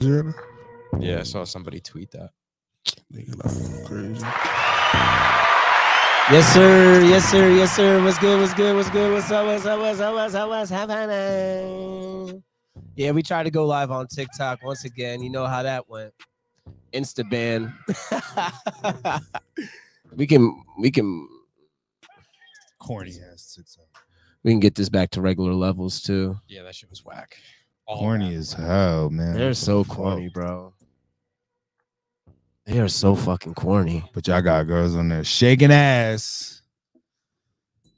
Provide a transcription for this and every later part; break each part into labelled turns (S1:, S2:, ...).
S1: Gianna?
S2: Yeah, I saw somebody tweet that.
S1: Nigga, that's going crazy.
S3: Yes, sir. Yes, sir. Yes, sir. What's good? What's good? What's good? What's up? What's up? What's up? What's up? What's happening? Yeah, we tried to go live on TikTok once again. You know how that went. Insta ban. we can we can
S4: Corny oh. ass TikTok.
S3: we can get this back to regular levels too.
S2: Yeah, that shit was whack.
S4: Corny as hell, man.
S3: They're
S4: What
S3: so
S4: the fuck?
S3: corny, bro. They are so fucking corny.
S4: But y'all got girls on there shaking ass.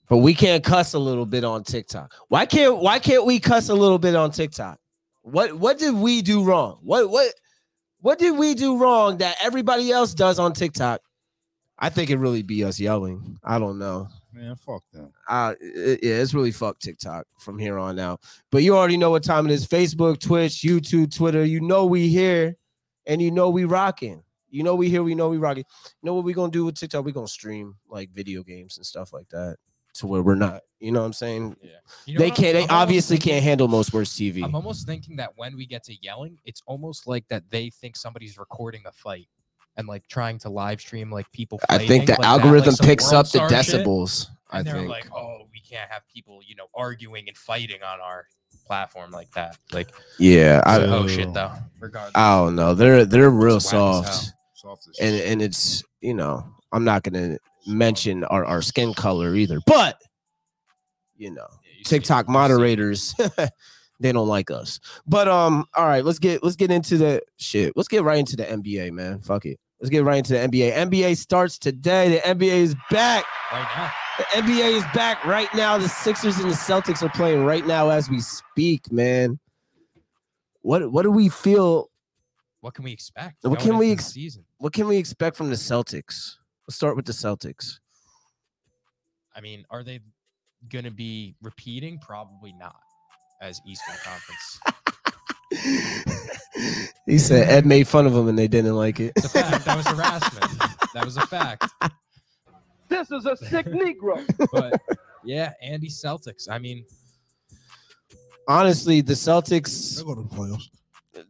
S3: But we can't cuss a little bit on TikTok. Why can't why can't we cuss a little bit on TikTok? What what did we do wrong? What what what did we do wrong that everybody else does on TikTok? I think it really be us yelling. I don't know.
S4: Man, fuck them.
S3: Uh, yeah, it's really fuck TikTok from here on out. But you already know what time it is. Facebook, Twitch, YouTube, Twitter. You know we here, and you know we rocking. You know we here. We know we rocking. You know what we gonna do with TikTok? We gonna stream like video games and stuff like that to where we're not. You know what I'm saying?
S2: You know what
S3: they
S2: I'm-
S3: can't. They
S2: I'm almost
S3: obviously
S2: thinking-
S3: can't handle most worst TV.
S2: I'm almost thinking that when we get to yelling, it's almost like that they think somebody's recording a fight and like trying to live stream like people.
S3: I think
S2: fighting,
S3: the
S2: like that, like
S3: algorithm
S2: some
S3: picks
S2: World
S3: up the
S2: Star shit.
S3: decibels. I
S2: and they're
S3: think.
S2: like, oh, we can't have people, you know, arguing and fighting on our platform like that. Like,
S3: yeah,
S2: I,
S3: I, Oh,
S2: oh shit, though. Regardless,
S3: I don't know. They're they're real
S2: It's whack as hell.
S3: soft.
S4: Soft as
S3: and and it's you know I'm not gonna mention our, our skin color either, but you know
S2: Yeah, you see it, you
S3: TikTok
S2: see it.
S3: moderators they don't like us. But um, all right, let's get let's get into the shit. Let's get right into the NBA, man. Fuck it. Let's get right into the NBA. NBA starts today. The NBA is back.
S2: right now.
S3: The NBA is back right now. The Sixers and the Celtics are playing right now as we speak, man. What what do we feel
S2: What can we expect?
S3: What
S2: going
S3: can we
S2: into the
S3: ex-
S2: season?
S3: what can we expect from the Celtics? Let's start with the Celtics.
S2: I mean, are they going to be repeating? Probably not. As Eastern Conference,
S3: he said Ed made fun of him and they didn't like it.
S2: It's a fact. that was harassment. That was a fact.
S5: This is a sick Negro.
S2: But yeah, Andy Celtics. I mean,
S3: Honestly, the
S1: They
S3: Celtics
S1: go to the playoffs.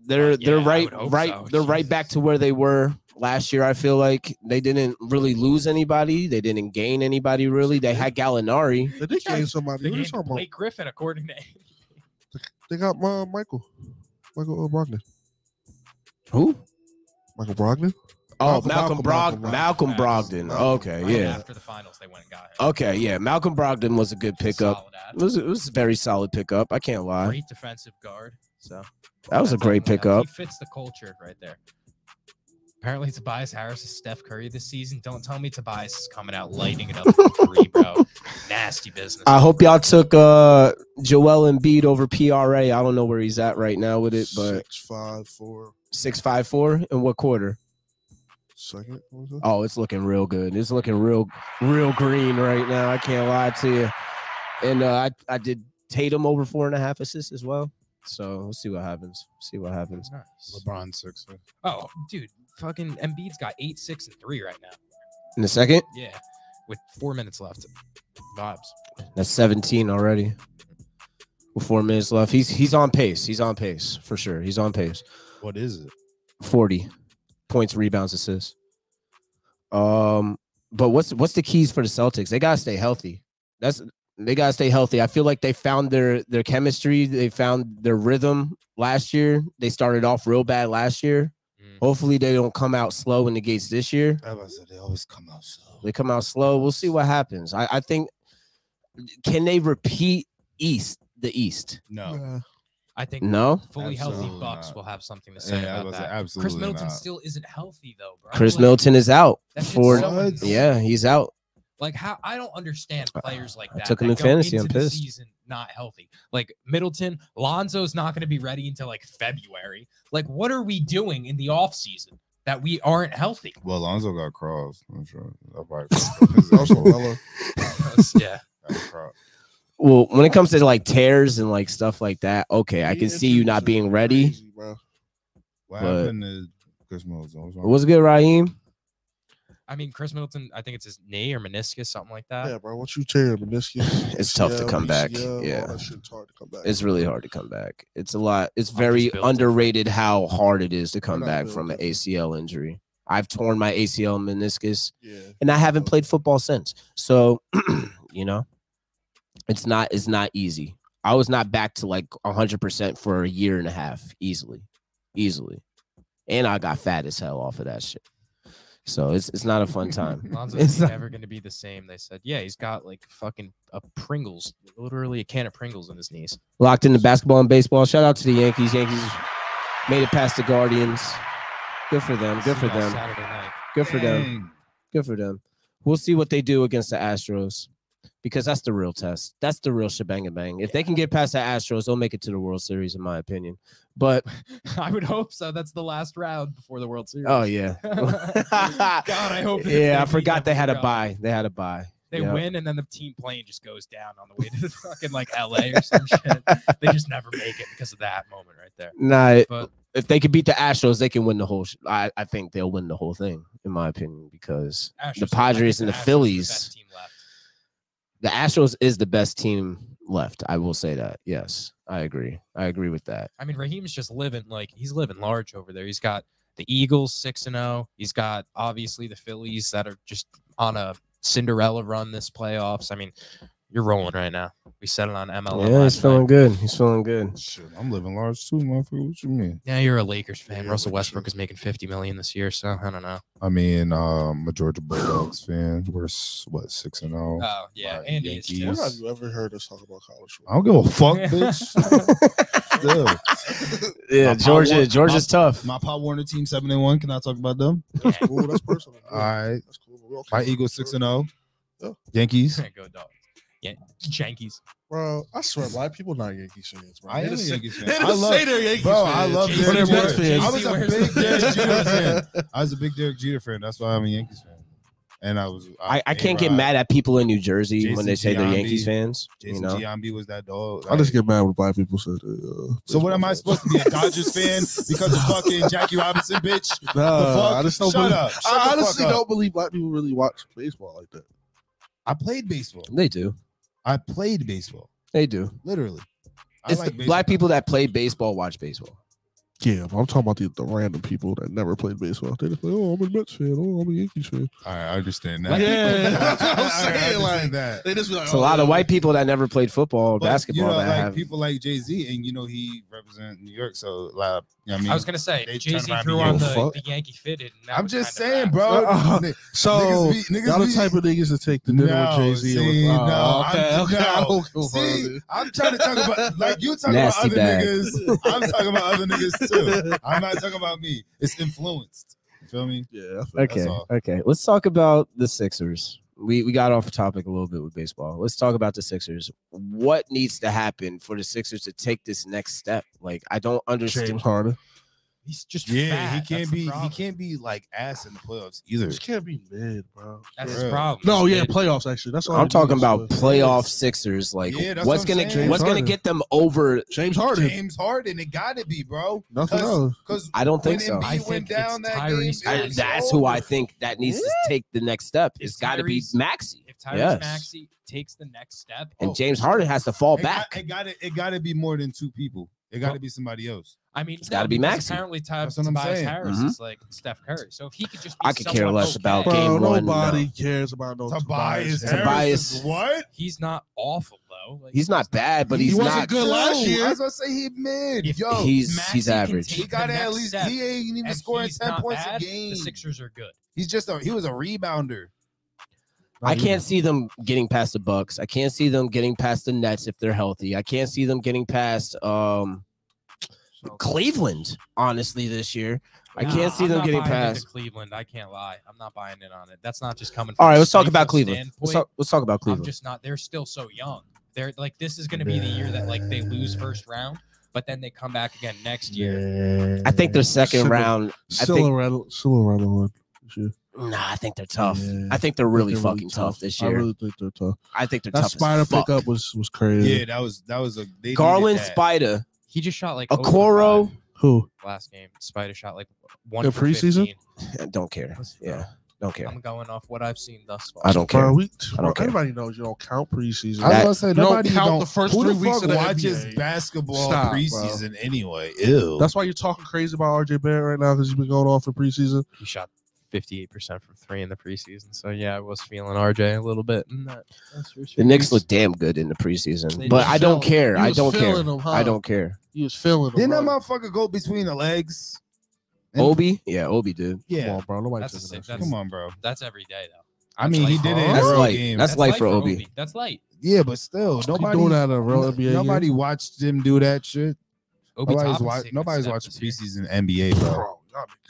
S3: they're they're
S2: Uh, Yeah, I
S3: right
S2: would hope
S3: right
S2: so.
S3: they're right back to where they were last year. I feel like they didn't really lose anybody. They didn't gain anybody really. They had Gallinari.
S1: They did gain somebody.
S2: they
S1: What are you
S2: gave
S1: talking about?
S2: Blake Griffin, according to
S1: They got uh, Michael. Michael uh, Brogdon.
S3: Who?
S1: Michael Brogdon?
S3: Oh, Malcolm,
S1: Malcolm-
S3: Brog
S1: Malcolm
S3: Malcolm
S2: Brogdon. Oh,
S3: Brogdon. Okay,
S2: right
S3: yeah.
S2: after the finals, they went and got him.
S3: Okay, yeah. Malcolm Brogdon was a good
S2: It's a
S3: pickup.
S2: solid ad.
S3: It was, it was a very solid pickup. I can't lie.
S2: Great defensive guard. So
S3: That was a
S2: that's
S3: great
S2: definitely-
S3: pickup.
S2: He fits the culture right there. Apparently, Tobias Harris is Steph Curry this season. Don't tell me Tobias is coming out lighting it up from three, bro. Nasty business.
S3: I hope y'all took uh Joel Embiid over PRA. I don't know where he's at right now with it, but
S1: Six, five, four,
S3: six five four in what quarter?
S1: second. what was it?
S3: Oh, it's looking real good. It's looking real real green right now. I can't lie to you. And uh, I I did Tatum over four and a half assists as well. So we'll see what happens. See what happens.
S2: Nice.
S4: LeBron Sixer.
S2: Oh, dude, fucking Embiid's got eight, six, and three right now.
S3: In a second,
S2: Yeah, with four minutes left. Vibes.
S3: that's seventeen already. With four minutes left, he's he's on pace. He's on pace for sure. He's on pace.
S4: What is it?
S3: 40 points, rebounds, assists. Um, but what's what's the keys for the Celtics? They gotta stay healthy. That's they gotta stay healthy. I feel like they found their their chemistry. They found their rhythm last year. They started off real bad last year.
S2: Mm.
S3: Hopefully they don't come out slow in the gates this year.
S4: I was they always come out slow.
S3: They come out slow. We'll see what happens. I, I think can they repeat East the East?
S4: No.
S1: Nah.
S2: I think
S3: No.
S2: fully healthy
S4: Absolutely
S2: Bucks
S4: not.
S2: will have something to say
S4: Yeah, I
S2: about
S4: was
S2: that.
S4: like,
S2: Chris
S4: absolutely
S2: Middleton
S4: not.
S2: still isn't healthy though, bro.
S3: Chris
S2: Like,
S3: Middleton is out
S2: that shit's
S3: for
S2: so
S4: What?
S3: yeah, he's out.
S2: Like how I don't understand players like
S3: I
S2: that.
S3: took him
S2: that
S3: in
S2: go
S3: fantasy,
S2: into
S3: I'm
S2: the
S3: pissed.
S2: Season not healthy. Like Middleton, Lonzo's not going to be ready until like February. Like what are we doing in the off season that we aren't healthy?
S4: Well, Lonzo got crossed. I'm sure. That probably-
S1: Also, Melo.
S2: yeah.
S4: got crossed.
S3: Well, when it comes to like tears and like stuff like that, okay, I
S1: He
S3: can see you not
S1: introduced
S3: being
S1: it
S3: ready.
S1: crazy, bro.
S4: What
S3: But-
S4: happened to Chris Middleton? What's wrong?
S3: What's good, Raheem?
S2: I I mean, Chris Middleton, I think it's his knee or meniscus, something like that.
S1: yeah, bro. Once you tear your meniscus, E
S3: It's tough to
S1: ACL,
S3: come back,
S1: PCL, all
S3: yeah.
S1: that shit's hard to come back.
S3: It's really hard to come back. It's a lot. It's
S2: just
S3: very
S2: built different.
S3: underrated how hard it is to come
S1: not
S3: back
S1: built
S3: from an
S1: different.
S3: ACL injury. I've torn my ACL meniscus
S1: yeah.
S3: and I haven't played football since. So, you know, it's not it's not easy. I was not back to like 100% for a year and a half easily. Easily. And I got fat as hell off of that shit. So, it's it's not a fun time. It's
S2: Lonzo's
S3: not-
S2: never going to be the same. They said, yeah, he's got like fucking a Pringles, literally a can of Pringles in his knees.
S3: Locked into basketball and baseball. Shout out to the Yankees. Yankees made it past the Guardians. Good for them. Good
S2: See
S3: for
S2: y'all
S3: them.
S2: Saturday night.
S3: Good for them.
S4: Dang.
S3: Good for them. We'll see what they do against the Astros because that's the real test. That's the real shebang bang. If they can get past the Astros, they'll make it to the World Series, in my opinion. But
S2: I would hope so. That's the last round before the World Series.
S3: oh yeah,
S2: God, I hope. that
S3: yeah. I
S2: beat
S3: forgot they had a
S2: everyone.
S3: buy. They had a buy.
S2: They
S3: Yeah.
S2: win, and then the team plane just goes down on the way to fucking like LA or some shit. They just never make it because of that moment right there.
S3: Nah, it-
S2: But
S3: if they could beat the Astros, they can win the whole. Sh- I I think they'll win the whole thing, in my opinion, because
S2: Astros, I think
S3: Padres and the
S2: Astros are
S3: Phillies.
S2: best team left.
S3: the Astros is the best team left. I will say that. Yes, I agree. I agree with that.
S2: I mean, Raheem's just living like he's living large over there. He's got the Eagles six and zero. He's got obviously the Phillies that are just on a Cinderella run this playoffs. I mean, you're rolling right now. We said it on MLM.
S3: Yeah, he's
S2: last night.
S3: feeling good. He's feeling good.
S4: Shit, I'm living large too, motherfucker. What you mean?
S2: Yeah, you're a Lakers fan.
S1: Yeah,
S2: Russell
S1: Lakers
S2: Westbrook is making fifty million this year, so I don't know.
S4: I mean, um, a Georgia Bulldogs fan. We're s- what six and zero.
S2: Oh yeah,
S4: Wow,
S2: Andy is
S4: Yankees.
S2: too.
S1: When have you ever heard us talk about college
S4: I
S1: football?
S4: don't give a fuck, bitch. Still,
S3: Yeah,
S4: My pop
S3: Georgia.
S4: Georgia- won-
S3: Georgia's
S4: Georgia's
S3: tough.
S4: my Pop Warner team seven and one. Can I talk about them?
S1: That's cool. That's personal.
S4: All right,
S1: That's cool. but we don't
S4: my
S1: care.
S4: Eagles six and zero.
S1: Yeah.
S4: Yankees.
S2: Go dog. Yeah, Yankees.
S1: Bro, I swear, why people not Yankees fans, bro?
S4: I
S1: They
S4: am a
S1: just-
S4: Yankees fan.
S1: they
S4: I
S1: just
S4: love,
S1: say they're Yankees
S4: bro. I
S1: fans.
S4: love
S2: Jeez,
S4: Derek
S3: they're Mets
S4: Jeter.
S3: fans.
S4: I was a
S2: Jeez,
S4: big
S2: where's the-
S4: Derek Jeter fan. I was a big Derek Jeter fan. That's why I'm a Yankees fan. And I was.
S3: I, I can't get
S4: A-Rod,
S3: mad at people in New Jersey
S4: Jason
S3: when they say they're
S4: Giambi,
S3: Yankees fans.
S4: Jason
S3: you know,
S4: Giambi was that dog.
S1: I just
S4: Like,
S1: get mad when black people say that. Uh,
S4: So what am I
S1: baseball
S4: supposed to be a Dodgers fan because of fucking Jackie Robinson, bitch?
S1: fans. Nah,
S4: fuck?
S1: Uh, I just don't
S4: Shut
S1: believe.
S4: up. Shut the
S1: I
S4: fuck
S1: honestly
S4: up.
S1: don't believe black people really watch baseball like that.
S4: I played baseball.
S3: they do.
S4: I played baseball.
S3: They do.
S4: Literally. I
S3: It's
S4: like
S3: the
S4: baseball.
S3: black people that play baseball watch baseball.
S1: Yeah, but I'm talking about the, the random people that never played baseball. They just like, oh, I'm a Mets fan. Oh, I'm a Yankees fan.
S4: All right, I understand
S1: Black
S4: that.
S1: people-
S4: All right,
S1: That's what I'm
S4: I
S1: saying,
S4: understand
S1: like-
S4: that.
S1: They just be like, "Oh,
S3: It's a lot of white people that never played football or
S4: But,
S3: basketball
S4: you know,
S3: that
S4: like
S3: have.
S4: people like Jay Z, and you know he represents New York, so like, you know what I mean,
S2: I was gonna say
S4: they
S2: Jay Z
S4: turned around
S2: threw
S4: and
S2: on
S1: gave
S2: the,
S1: a fuck.
S2: the Yankee fitted. and that
S4: I'm
S2: was
S4: just
S2: kind of
S4: saying,
S2: bad.
S4: bro.
S1: Uh-uh.
S4: Niggas
S1: So
S4: be- niggas
S1: y'all the
S4: be-
S1: type of niggas that take the dinner
S4: No,
S1: with Jay Z.
S4: see,
S1: oh,
S4: no,
S1: okay,
S4: I'm-
S1: okay. I
S4: no.
S1: don't give a fuck,
S4: See,
S1: dude.
S4: I'm trying to talk about like you talking
S3: Nasty
S4: about other
S3: bag.
S4: niggas. I'm talking about other niggas too. I'm not talking about me. It's influenced. You feel me?
S1: Yeah, I feel
S3: okay,
S4: all.
S3: okay. Let's talk about the Sixers. We we got off topic a little bit with baseball. Let's talk about the Sixers. What needs to happen for the Sixers to take this next step? Like I don't understand.
S1: James Harden.
S2: He's just
S4: Yeah,
S2: fat.
S4: he
S2: That's
S4: can't
S2: the
S4: be he
S2: problem.
S4: can't be like ass in the playoffs either.
S1: This can't be mid, bro.
S2: That's
S4: For
S2: his
S4: real.
S2: problem.
S1: No,
S2: He's
S1: yeah,
S2: mid.
S1: playoffs actually. That's all
S3: I'm
S1: they do
S3: talking
S1: is,
S3: about
S1: uh,
S3: playoff Sixers. Like,
S4: Yeah, that's
S3: what's
S4: what I'm
S3: gonna
S4: saying.
S3: what's gonna
S1: Harden.
S3: get them over?
S1: James Harden.
S4: James Harden, it gotta be, bro.
S1: Nothing
S4: Cause-
S1: else.
S4: Cause
S3: I don't
S4: when
S3: think so.
S4: Embiid
S2: I think
S4: went down
S2: it's
S4: that
S2: Tyrese
S3: I,
S4: game, it
S2: Maxey.
S4: was
S3: that's
S4: over.
S3: who I think that needs to take the next step. It's
S2: It's
S3: got to be
S2: Tyrese.
S3: Maxi,
S2: If Tyrese
S3: Yes.
S2: Maxey takes the next step,
S3: and
S2: oh,
S3: James Harden has to fall
S4: It
S3: back.
S4: Got, it gotta it gotta be more than two people. It gotta be somebody else.
S2: I mean,
S3: It's gotta be
S2: because
S3: Maxey.
S2: Apparently, Ty-
S4: That's what I'm
S2: Tobias
S4: saying.
S2: Harris
S3: Mhm.
S2: is like Steph Curry. So if he could just, be
S3: I could care
S2: somewhat
S3: less
S2: okay,
S3: about
S1: Bro,
S3: game one,
S1: nobody
S3: no.
S1: cares about no
S4: Tobias, Harris
S1: Tobias. Harris.
S3: Tobias-
S4: is what?
S2: He's not awful though. Like,
S3: he's not bad, but
S1: He
S3: he's
S1: wasn't
S3: not.
S1: good last
S4: Yo,
S1: year.
S4: I was gonna say he mid.
S2: If-
S4: Yo,
S3: He's
S2: Maxey
S3: he's
S2: can
S3: average.
S2: take-
S4: he got to
S2: the
S4: at
S2: next
S4: least
S2: step.
S4: he ain't even
S2: and
S4: scoring
S2: he's
S4: ten
S2: not
S4: points
S2: bad,
S4: a game.
S2: The Sixers are good.
S4: He's just a he was a rebounder.
S3: I can't see them getting past the Bucks. I can't see them getting past the Nets if they're healthy. I can't see them getting past um Cleveland. Honestly, this year, I
S2: Nah,
S3: can't see
S2: I'm
S3: them
S2: not
S3: getting
S2: buying into
S3: past.
S2: Cleveland. I can't lie. I'm not buying in on it. That's not just coming. From
S3: All right,
S2: a
S3: let's talk
S2: Sixers
S3: about Cleveland. Let's
S2: standpoint.
S3: talk, let's talk about
S2: I'm
S3: Cleveland.
S2: just not. They're still so young. They're like this is going to be the year that like they lose first round, but then they come back again next year.
S3: I think their second
S1: Should've-
S3: round. I
S1: still
S3: think
S1: around, still around the one. this year.
S3: Nah, I think they're tough.
S1: Yeah.
S3: I think they're really
S1: They're
S3: fucking tough. this year. I,
S1: I really think they're tough.
S3: think they're
S1: That
S3: tough.
S1: spider
S3: as fuck.
S1: pickup was was crazy.
S4: Yeah, that was that was a they
S3: Garland,
S4: needed that.
S3: Spider,
S2: He just shot like over
S3: Okoro.
S2: five
S1: Who?
S2: last game. Spider shot like one
S1: In
S2: for
S1: preseason?
S2: 15.
S3: Don't care.
S2: Let's-
S3: Yeah, Don't care.
S2: I'm going off what I've seen thus far.
S3: I don't
S1: Bro,
S3: care.
S1: we,
S3: I
S1: bro,
S3: don't care.
S1: everybody knows you don't count preseason.
S4: I was gonna say
S1: You don't
S4: nobody
S1: count
S4: don't-
S1: the first
S4: who the
S1: three weeks
S4: fuck
S1: of the
S4: watches
S1: NBA?
S4: basketball
S1: Stop, bro.
S4: preseason anyway. Ew.
S1: That's why you're talking crazy about RJ Barrett right now because you've been going off for preseason.
S2: He shot 58% from three in the preseason. So yeah, I was feeling RJ a little bit. In that, that's for
S3: The
S2: sure.
S3: Knicks look damn good in the preseason,
S2: They
S3: but
S1: just
S3: I don't
S1: fell.
S3: care.
S1: You
S3: I
S1: was
S3: don't care.
S1: feeling uh, 'em, huh?
S3: I don't care.
S1: You was feeling
S4: Didn't that
S1: them.
S4: motherfucker go between the legs? And-
S3: Obi, yeah, Obi, dude.
S1: Come
S4: Yeah.
S1: on, bro. Nobody
S2: That's a
S1: took
S2: sick-
S1: that. shit.
S2: that's-
S4: Come on, bro.
S2: That's every day though.
S4: I mean, he did it. in
S1: That's
S4: real
S3: light.
S4: game.
S3: That's- light for Obi.
S2: That's light.
S4: yeah, but still,
S1: You
S4: nobody
S1: doing that in a real
S4: no-
S1: NBA game?
S4: Nobody watched him do that shit.
S2: Obi
S4: nobody's
S2: Toppin's
S4: wa-
S2: taking a
S4: nobody's
S2: step
S4: watching
S2: this year.
S4: preseason NBA,
S1: Bro,
S4: bro.
S1: y'all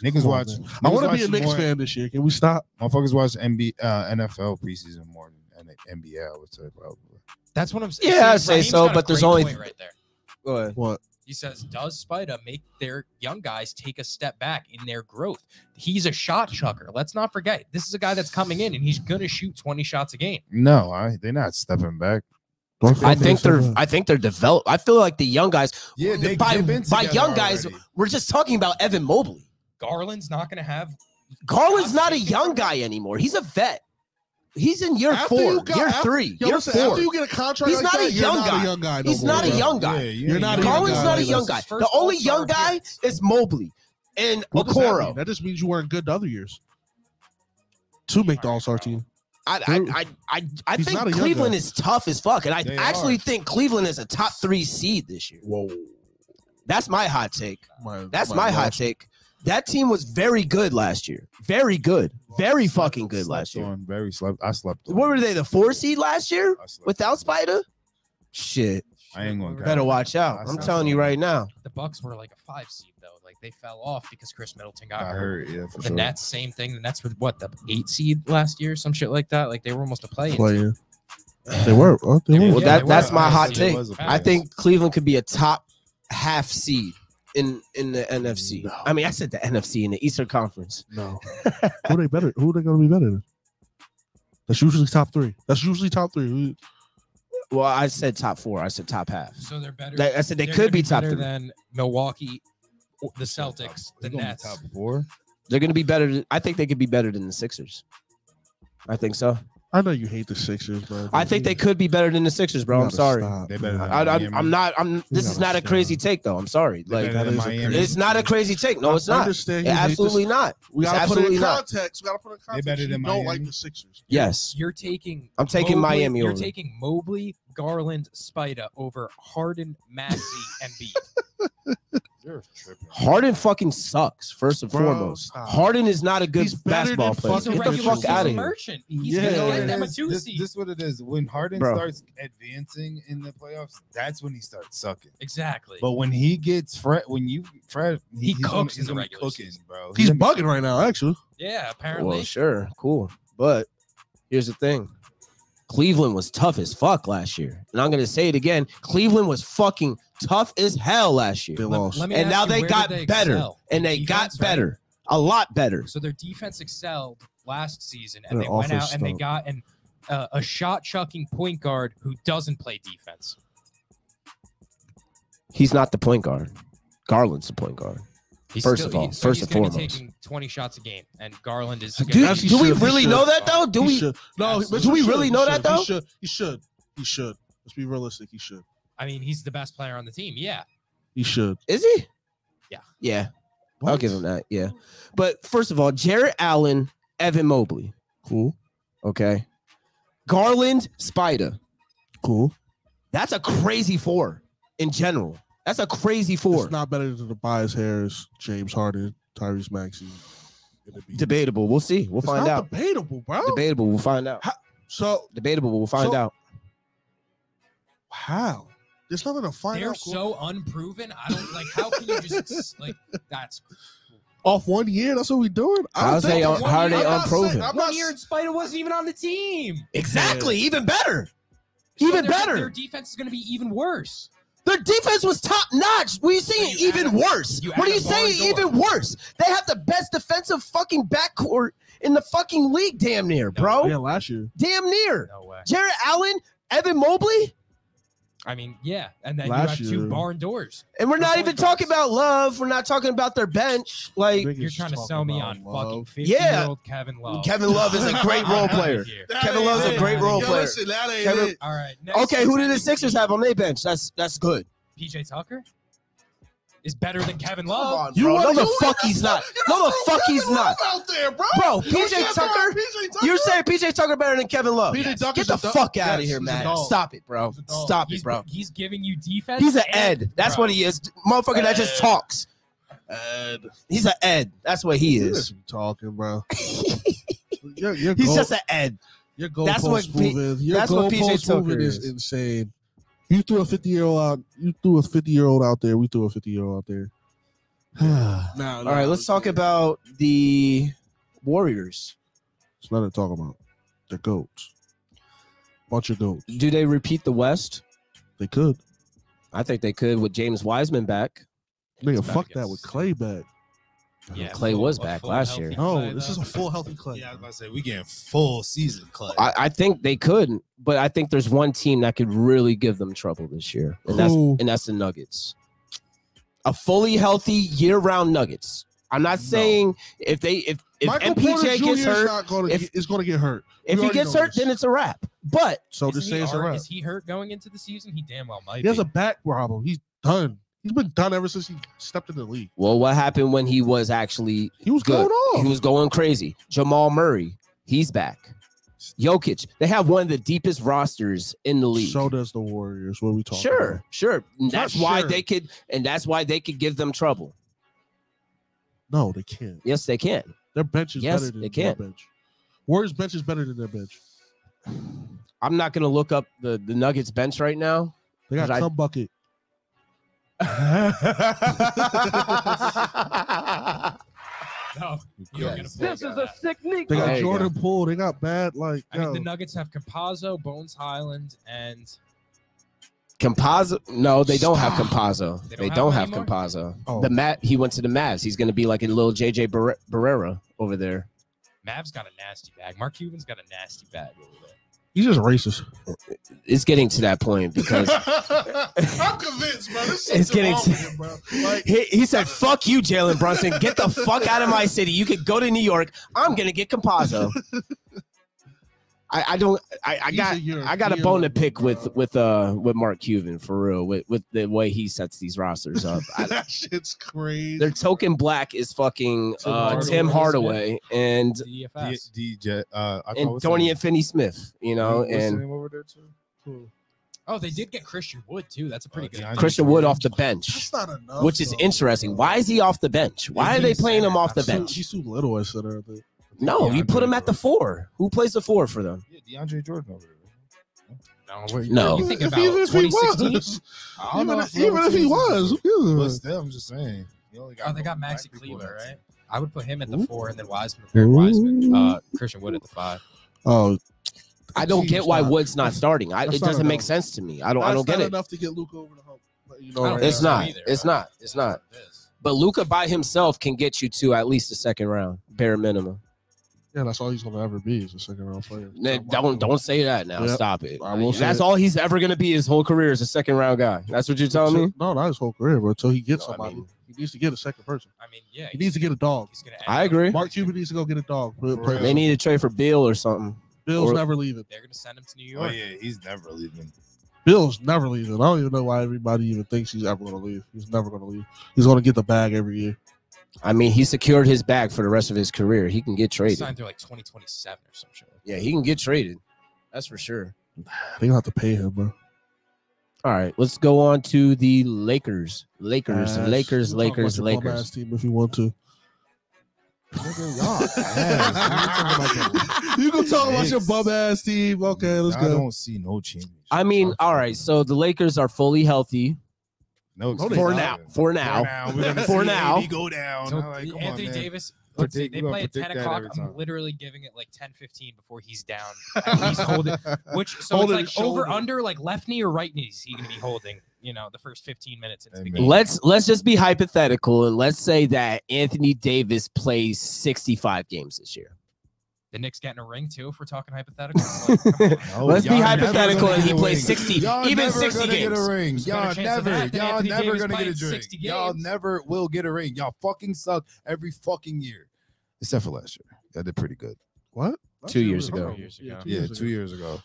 S1: niggas-
S4: Niggas
S1: come on,
S4: watch.
S1: man. I want to be a Knicks
S4: more,
S1: fan this year. Can we stop?
S4: Motherfuckers watch NBA, uh, NFL preseason more than N- NBA. I would say probably.
S2: That's what I'm saying.
S3: Yeah, I'd say so, but there's only-
S2: right there.
S3: Go ahead.
S1: What?
S2: He says, does Spida make their young guys take a step back in their growth? He's a shot chucker. Let's not forget, this is a guy that's coming in and he's gonna shoot 20 shots a game.
S4: No, I, they're not stepping back.
S3: I think they're. I think they're developed. I feel like the young guys.
S4: Yeah,
S3: they By- dip in by together young guys- already. We're just talking about Evan Mobley.
S2: Garland's not gonna have
S3: Garland's not a young guy anymore. He's a vet. He's in year
S1: After
S3: four,
S1: you got-
S3: year
S1: after-
S3: three,
S1: Yo,
S3: year
S1: listen,
S3: four.
S1: after you get a contract,
S3: He's
S1: like
S3: not a
S1: that, you're
S3: young
S1: not
S3: guy.
S1: a young guy. no
S3: He's
S1: more,
S3: not a
S1: bro.
S3: young guy.
S1: You're not a young
S3: Garland's
S1: guy.
S3: not a
S1: That's
S3: young
S1: his
S3: guy.
S2: first
S3: The only
S2: all-star
S3: young guy
S2: appearance.
S3: is Mobley and
S1: What does that mean?
S3: Okoro.
S1: That just means you weren't good the other years. To make the All Star team,
S3: I, I, I, I, I
S1: He's not a
S3: think
S1: young
S3: Cleveland
S1: guy.
S3: is tough as fuck, and I
S4: They
S3: actually
S4: are.
S3: think Cleveland is a top three seed this year. Whoa, that's my hot take.
S1: my,
S3: That's my hot take. That team was very good last year. Very good. Very fucking good last year.
S4: On, very slept. I slept. On.
S3: What were they, the four seed last year
S4: I slept
S3: without
S4: on.
S3: Spider? Shit.
S4: I ain't gonna
S3: Better watch out.
S4: That's
S3: I'm
S4: not
S3: telling you
S4: good.
S3: right now.
S2: the Bucks were like a five seed though. Like they fell off because Chris Middleton got
S4: I
S2: hurt.
S4: heard. Yeah, for
S2: The
S4: sure.
S2: Nets, same thing. The Nets were what the eight seed last year, some shit like that. Like they were almost a play.
S1: playing. They were. Oh, they
S2: Well,
S1: were.
S3: Well,
S2: Yeah,
S3: that
S2: they
S3: that's
S2: were.
S3: my
S2: I
S3: hot
S2: see.
S3: take.
S2: It was
S3: I think Cleveland could be a top half seed in in the NFC.
S1: No.
S3: I mean, I said the NFC in the Eastern Conference.
S1: No. who they better? Who they gonna be better than? That's usually top three. That's usually top three. Who-
S3: Well, I said top four. I said top half.
S2: So they're better.
S3: Like I said, they
S2: they're
S3: could
S2: gonna
S3: be, top
S2: better
S3: three.
S2: than Milwaukee, the Celtics, the Nets.
S4: Top four.
S3: They're going to be better. than- I think they could be better than the Sixers. I think so.
S1: I know you hate the Sixers, man.
S3: I think they could be better than the Sixers, bro. I'm sorry.
S4: They better than
S3: I, I,
S4: Miami.
S3: I'm not. I'm. This is
S1: gotta
S3: not a
S1: stop.
S3: crazy take, though. I'm sorry.
S4: They
S3: Like,
S4: better than
S1: that is a
S4: Miami.
S3: it's not a crazy take. No, it's
S1: I
S3: not.
S1: understand. you hate
S3: Absolutely
S1: this-
S3: not.
S1: We gotta
S3: It's
S1: put it
S3: absolutely
S1: in
S3: not.
S1: context. We gotta put it in
S4: They
S1: context.
S4: better than
S1: you don't
S4: Miami.
S1: like the Sixers.
S3: Yes.
S2: You're taking.
S3: I'm taking
S2: Mobley-
S3: Miami
S2: You're
S3: over.
S2: taking Mobley, Garland, Spida over Harden, Maxey, and B.
S4: You're tripping.
S3: Harden fucking sucks. First and
S1: Bro,
S3: foremost,
S1: stop.
S3: Harden is not a good
S1: He's better
S3: basketball
S1: than
S3: player.
S1: fucking
S3: Get the
S1: regular
S3: fuck out of
S1: season
S3: here.
S2: merchant. He's
S1: Yeah.
S4: You know
S2: gonna
S4: what
S2: get
S4: it
S2: them a
S4: is?
S2: two
S4: This,
S2: seed.
S4: this what it is. When Harden
S3: Bro.
S4: starts advancing in the playoffs, that's when he starts sucking.
S2: exactly.
S4: But when he gets fresh, when you fresh,
S2: He cooks in the regular
S4: cooking,
S2: season.
S4: bro.
S1: He's bugging right now, actually.
S2: yeah, apparently.
S3: Well, sure, cool. But here's the thing. Cleveland was tough as fuck last year. And I'm going to say it again. Cleveland was fucking tough as hell last year.
S1: They lost.
S2: Let me ask
S3: And now
S2: you,
S3: they
S2: where
S3: got
S2: did they
S3: better.
S2: excel?
S3: And they got
S2: Defense, right?
S3: better. A lot better.
S2: So their defense excelled last season, and
S1: Their
S2: they went out
S1: offense
S2: and they
S1: stunk.
S2: got an uh, a shot chucking point guard who doesn't play defense.
S3: He's not the point guard. Garland's the point guard.
S2: He's
S3: First of all,
S2: so
S3: first
S2: he's
S3: and
S2: gonna be
S3: foremost.
S2: taking twenty shots a game, and Garland is. gonna be-
S3: Do,
S1: he
S3: do we
S1: should, he
S3: really
S1: should.
S3: know that though? Do
S1: he
S3: we?
S1: Should. No,
S2: Absolutely.
S1: but do we
S3: He
S1: really
S3: should,
S1: know
S3: he
S1: that
S3: should, he
S1: though? should. He should. He should. Let's be realistic. He should.
S2: I mean, he's the best player on the team. Yeah,
S1: He should.
S3: Is he?
S2: Yeah.
S3: Yeah. I'll give him that. Yeah. But first of all, Jared Allen, Evan Mobley.
S1: Cool.
S3: Okay. Garland, Spider.
S1: Cool.
S3: That's a crazy four in general. That's a crazy four.
S1: It's not better than Tobias Harris, James Harden, Tyrese Maxey. and Embiid.
S3: Debatable. We'll see. We'll
S1: It's
S3: find
S1: not
S3: out.
S1: Debatable, bro.
S3: Debatable. We'll find out.
S1: How- so
S3: Debatable. We'll find
S1: So-
S3: out.
S1: how? There's nothing to find
S2: they're
S1: out. Cole.
S2: so unproven. I don't like. How can you just like? That's
S1: off one year. That's what we doing.
S3: How is
S1: don't
S3: they
S1: think-
S3: un- how are
S1: I'm
S3: they
S1: not saying-
S3: unproven?
S2: one
S1: I'm not
S2: year,
S1: s-
S2: and Spider wasn't even on the team.
S3: Exactly. Even better.
S2: So
S3: Even
S2: their-
S3: better.
S2: Their defense is going to be even worse.
S3: Their defense was top notch. What are you saying?
S2: And you
S3: Even
S2: add-
S3: worse.
S2: you
S3: What are
S2: add
S3: you
S2: up Lauren
S3: saying?
S2: Dort.
S3: Even worse. They have the best defensive fucking backcourt in the fucking league, damn near,
S2: No,
S3: bro.
S1: Yeah, last year.
S3: Damn near.
S2: No way.
S3: Jared Allen, Evan Mobley.
S2: I mean, yeah, and then
S1: Last
S2: you have
S1: year-
S2: two barn doors.
S3: And we're
S2: That's
S3: not even
S2: what I thought.
S3: talking about love. We're not talking about their bench. Like
S1: Niggas
S2: You're trying to
S1: talking
S2: sell me on
S1: about
S2: fucking
S1: love.
S2: 50
S3: Yeah.
S2: year old Kevin Love.
S3: Kevin Love is a great
S2: I'm
S3: role
S2: outta
S3: player.
S2: here.
S4: That
S3: Kevin
S4: ain't
S3: Love's a
S4: it.
S3: great role
S4: Yo,
S3: player.
S4: listen, that ain't
S3: Kevin-
S4: it.
S2: All right. Next
S3: Okay, who do the
S2: is
S3: Sixers have on their bench? That's that's good.
S2: PJ Tucker is better than Kevin
S3: Come
S2: Love.
S3: on, bro.
S4: wanna
S3: No the
S4: do it?
S3: fuck he's not. No the fuck he's not.
S4: out there, bro.
S3: Bro,
S4: You
S3: PJ
S4: can't throw
S3: Tucker-
S4: PJ Tucker.
S3: You're saying PJ Tucker better than Kevin Love?
S4: PJ Tucker's
S3: Get the
S4: a dog.
S3: fuck out of
S4: Yes,
S3: here,
S4: he's a
S3: man.
S4: dog.
S3: Stop it, bro.
S4: He's a dog.
S3: Stop
S2: He's,
S3: it, bro.
S2: he's giving you defense.
S3: He's an
S2: and-
S3: Ed. That's
S2: bro.
S3: what he is. Motherfucker that just talks. He's an Ed. That's what he
S1: Yes.
S3: is.
S1: You talking, bro? your, your
S3: He's
S1: goal,
S3: just an Ed.
S1: your goalpost
S3: that's what P-
S1: moving. Your
S3: that's what
S1: goalpost
S3: PJ Tucker
S1: moving is
S3: is.
S1: insane. You threw a fifty year old out. You threw a fifty year old out there. We threw a fifty year old out there. it's
S3: All right, let's talk about the Warriors.
S1: nothing to talk about. They're goats. Bunch of goats.
S3: Do they repeat the West?
S1: They could.
S3: I think they could with James Wiseman back.
S1: Nigga,
S2: about to
S1: fuck
S2: get
S1: that with
S2: sick.
S1: Clay back.
S2: Yeah,
S3: Clay
S2: full-
S3: was
S2: a
S3: back
S2: full
S3: last
S2: healthy
S3: year.
S2: Clay,
S1: No, this
S2: though.
S1: is a full healthy Clay.
S4: Yeah, I was about to say we getting full season clutch.
S3: I, I think they could, but I think there's one team that could really give them trouble this year, and that's
S1: Who?
S3: and that's the Nuggets. A fully healthy year-round Nuggets. I'm not
S1: No.
S3: saying if they if if
S1: Michael Porter
S3: MPJ
S1: Jr.
S3: gets
S1: is
S3: hurt,
S1: not gonna
S3: if-
S1: get- is going to get hurt.
S3: if he
S1: we already
S3: gets
S1: know
S3: hurt,
S1: this.
S3: then it's a wrap. But
S1: So
S2: Isn't
S1: just say
S2: he
S1: it's a
S2: already-
S1: wrap.
S2: Is he hurt going into the season? He damn well might.
S1: He has
S2: be.
S1: a back problem. He's done. He's been done ever since he stepped in the league.
S3: well, what happened when he was actually
S1: He was
S3: Good.
S1: going off.
S3: He was going crazy. Jamal Murray, he's back. Jokic, they have one of the deepest rosters in the league.
S1: So does the Warriors. What are we talking?
S3: sure, sure. And
S1: Not
S3: That's why
S1: sure.
S3: they could, and that's why they could give them trouble.
S1: About? No, they can't.
S3: Yes, they can.
S1: Their bench is
S3: Yes,
S1: better than
S3: they
S1: their
S3: can't.
S1: bench. Warriors bench is better than their bench.
S3: I'm not gonna look up the the Nuggets bench right now.
S1: They got
S3: Cause I-
S1: some bucket.
S2: No, you don't get a
S5: This is a sick
S1: They
S5: Negro.
S1: got
S3: There you
S1: Jordan Poole. They got bad. Like
S2: I mean, the
S1: yo.
S2: Nuggets have Compazzo, Bones Highland, and
S3: Compazzo? No, they don't have
S1: Stop.
S3: Compazzo. They
S2: They
S3: don't,
S2: don't have
S3: have,
S2: him anymore?
S3: Compazzo.
S1: Oh.
S3: The Matt, he went to the Mavs. He's gonna be like a little JJ Barre- Barrera over there.
S2: Mavs got a nasty bag. Mark Cuban's got a nasty bag over there.
S1: he's just racist.
S3: It's getting to that point because
S4: I'm convinced, bro. This
S3: It's
S4: shit's
S3: getting
S4: getting wrong
S3: to-
S4: with him, bro. Like,
S3: He, he said, "Fuck you, Jalen Brunson. Get the fuck out of my city. You could go to New York. I'm gonna get Compazzo." I, I don't. I, I
S1: He's
S3: got.
S1: a European
S3: I got a bone to
S1: level,
S3: pick with
S1: bro.
S3: with uh with Mark Cuban for real. With with the way he sets these rosters up. I,
S1: that shit's crazy.
S3: their token black is fucking
S2: Tim
S3: uh,
S2: Hardaway.
S3: Tim Hardaway and
S4: D-
S2: DFS.
S4: DJ, uh, I
S3: and Dorian Finney Smith. You know, and
S4: over there too. Cool.
S2: Oh, they did get Christian Wood too. That's a pretty
S4: Oh,
S2: good.
S4: DeAndre
S3: Christian Wood off the
S1: That's
S3: bench,
S1: not enough.
S3: which is
S1: though,
S3: interesting.
S1: bro.
S3: Why is he off the bench? Why are
S2: He's
S3: they playing him off the
S1: He's too-
S3: bench?
S1: He's too little at center. I think.
S3: No, you
S4: DeAndre
S3: put him at the
S4: Jordan.
S3: four. Who plays the four for them?
S4: Yeah, DeAndre Jordan over there.
S2: No, we're-
S3: No.
S2: You think
S1: If
S2: about
S1: even if he
S2: 2016?
S1: was.
S4: I don't
S1: Even,
S4: know
S1: if- even if he was, who gives a-
S4: but still, I'm just saying. You only
S2: Oh, they got
S4: black
S2: Maxi
S4: people on
S2: Kleber,
S4: that
S2: right?
S4: team.
S2: I would put him at the
S1: Ooh.
S2: four, and then Wiseman, Eric Wiseman, uh, Christian Wood at the five.
S1: Oh,
S3: I don't
S1: Team's
S3: get why
S1: not-
S3: Wood's not starting. I,
S1: that's
S3: it
S1: not
S3: doesn't make
S1: enough.
S3: sense to me. I don't. I don't
S1: That's
S3: get
S1: not
S3: it.
S1: enough to get Luke over the hump. but You
S2: I
S1: know,
S2: don't
S1: right
S2: think
S3: It's
S2: so
S1: now.
S3: not.
S2: either,
S3: It's
S2: bro.
S3: not. It's not. But Luca by himself can get you to at least the second round, bare minimum.
S1: Yeah, that's all he's gonna ever be is a second round player.
S3: Nah, Don't don't say that now.
S1: Yep.
S3: Stop it.
S1: I will say
S3: That's
S1: it.
S3: all he's ever gonna be his whole career is a second round guy. That's what you're telling me.
S1: No, not his whole career, but until he gets
S3: No, I
S1: somebody,
S3: mean-
S1: he needs to get a second person.
S2: I mean, yeah,
S1: He needs to get a dog.
S2: He's gonna.
S3: I
S2: end up-
S3: agree.
S1: Mark Cuban needs to go get a dog. Put-
S4: For
S1: put-
S4: real.
S3: They need to trade for Bill or something.
S1: Bill's
S3: or-
S1: never leaving.
S2: They're gonna send him to New
S4: Oh
S2: York.
S4: yeah, he's never leaving.
S1: Bill's never leaving. I don't even know why everybody even thinks he's ever gonna leave. He's never gonna leave. He's gonna get the bag every year.
S3: I mean, he secured his bag for the rest of his career. He can get
S2: He
S3: traded.
S2: signed through like 2027 or some shit.
S3: Yeah, he can get traded. That's for sure.
S1: They gonna have to pay him, bro.
S3: All right, let's go on to the Lakers. Lakers,
S1: Ass.
S3: Lakers,
S1: You can talk about
S3: Lakers,
S1: your bum ass
S3: Lakers.
S1: Team, if you want to.
S4: Nigga, y'all ass.
S1: you can talk about your bum ass team. Okay, let's
S4: I
S1: go.
S4: don't see no change.
S3: I mean, all right. So the Lakers are fully healthy
S4: no
S1: For
S3: for
S1: They
S3: now.
S1: are.
S3: For now,
S4: we're gonna
S3: For
S4: see
S3: now.
S4: AD go down.
S2: So
S4: I'm like, Oh, come on,
S2: Anthony
S4: man.
S2: Davis, let's see,
S4: Predict-
S2: they
S4: we gonna
S2: play at
S4: predict
S2: 10
S4: that
S2: o'clock.
S4: every
S2: I'm
S4: time.
S2: literally giving it like 10, 15 before he's down. And he's holding, which so
S1: Holding his
S2: it's like over
S1: shoulder.
S2: under like left knee or right knee is he gonna be holding? You know, the first 15 minutes into the
S4: Amen.
S2: game.
S3: let's let's just be hypothetical and let's say that Anthony Davis plays 65 games this year.
S2: The Knicks getting a ring too, if we're talking hypothetical. Like, come on.
S4: No,
S3: Let's be
S4: Oh, y'all never
S3: hypothetical
S4: gonna
S3: and he
S4: get a
S3: plays
S4: ring.
S3: 60,
S4: Y'all
S3: even
S4: never
S3: 60
S4: gonna Get
S3: games.
S4: a ring.
S2: There's a better
S4: Y'all
S2: chance of
S4: never,
S2: that than
S4: y'all
S2: Anthony
S4: never
S2: Davis
S4: gonna get
S2: playing
S4: a drink.
S2: 60
S4: Y'all
S2: games.
S4: never will get a ring. Y'all fucking suck every fucking year, except for last year. Y'all did pretty good. What?
S1: Last
S3: Two
S1: year
S3: years
S1: was
S3: ago.
S1: horrible.
S2: Years
S1: Yeah,
S2: ago.
S1: two
S4: yeah,
S1: years
S4: two
S1: ago.
S4: years ago.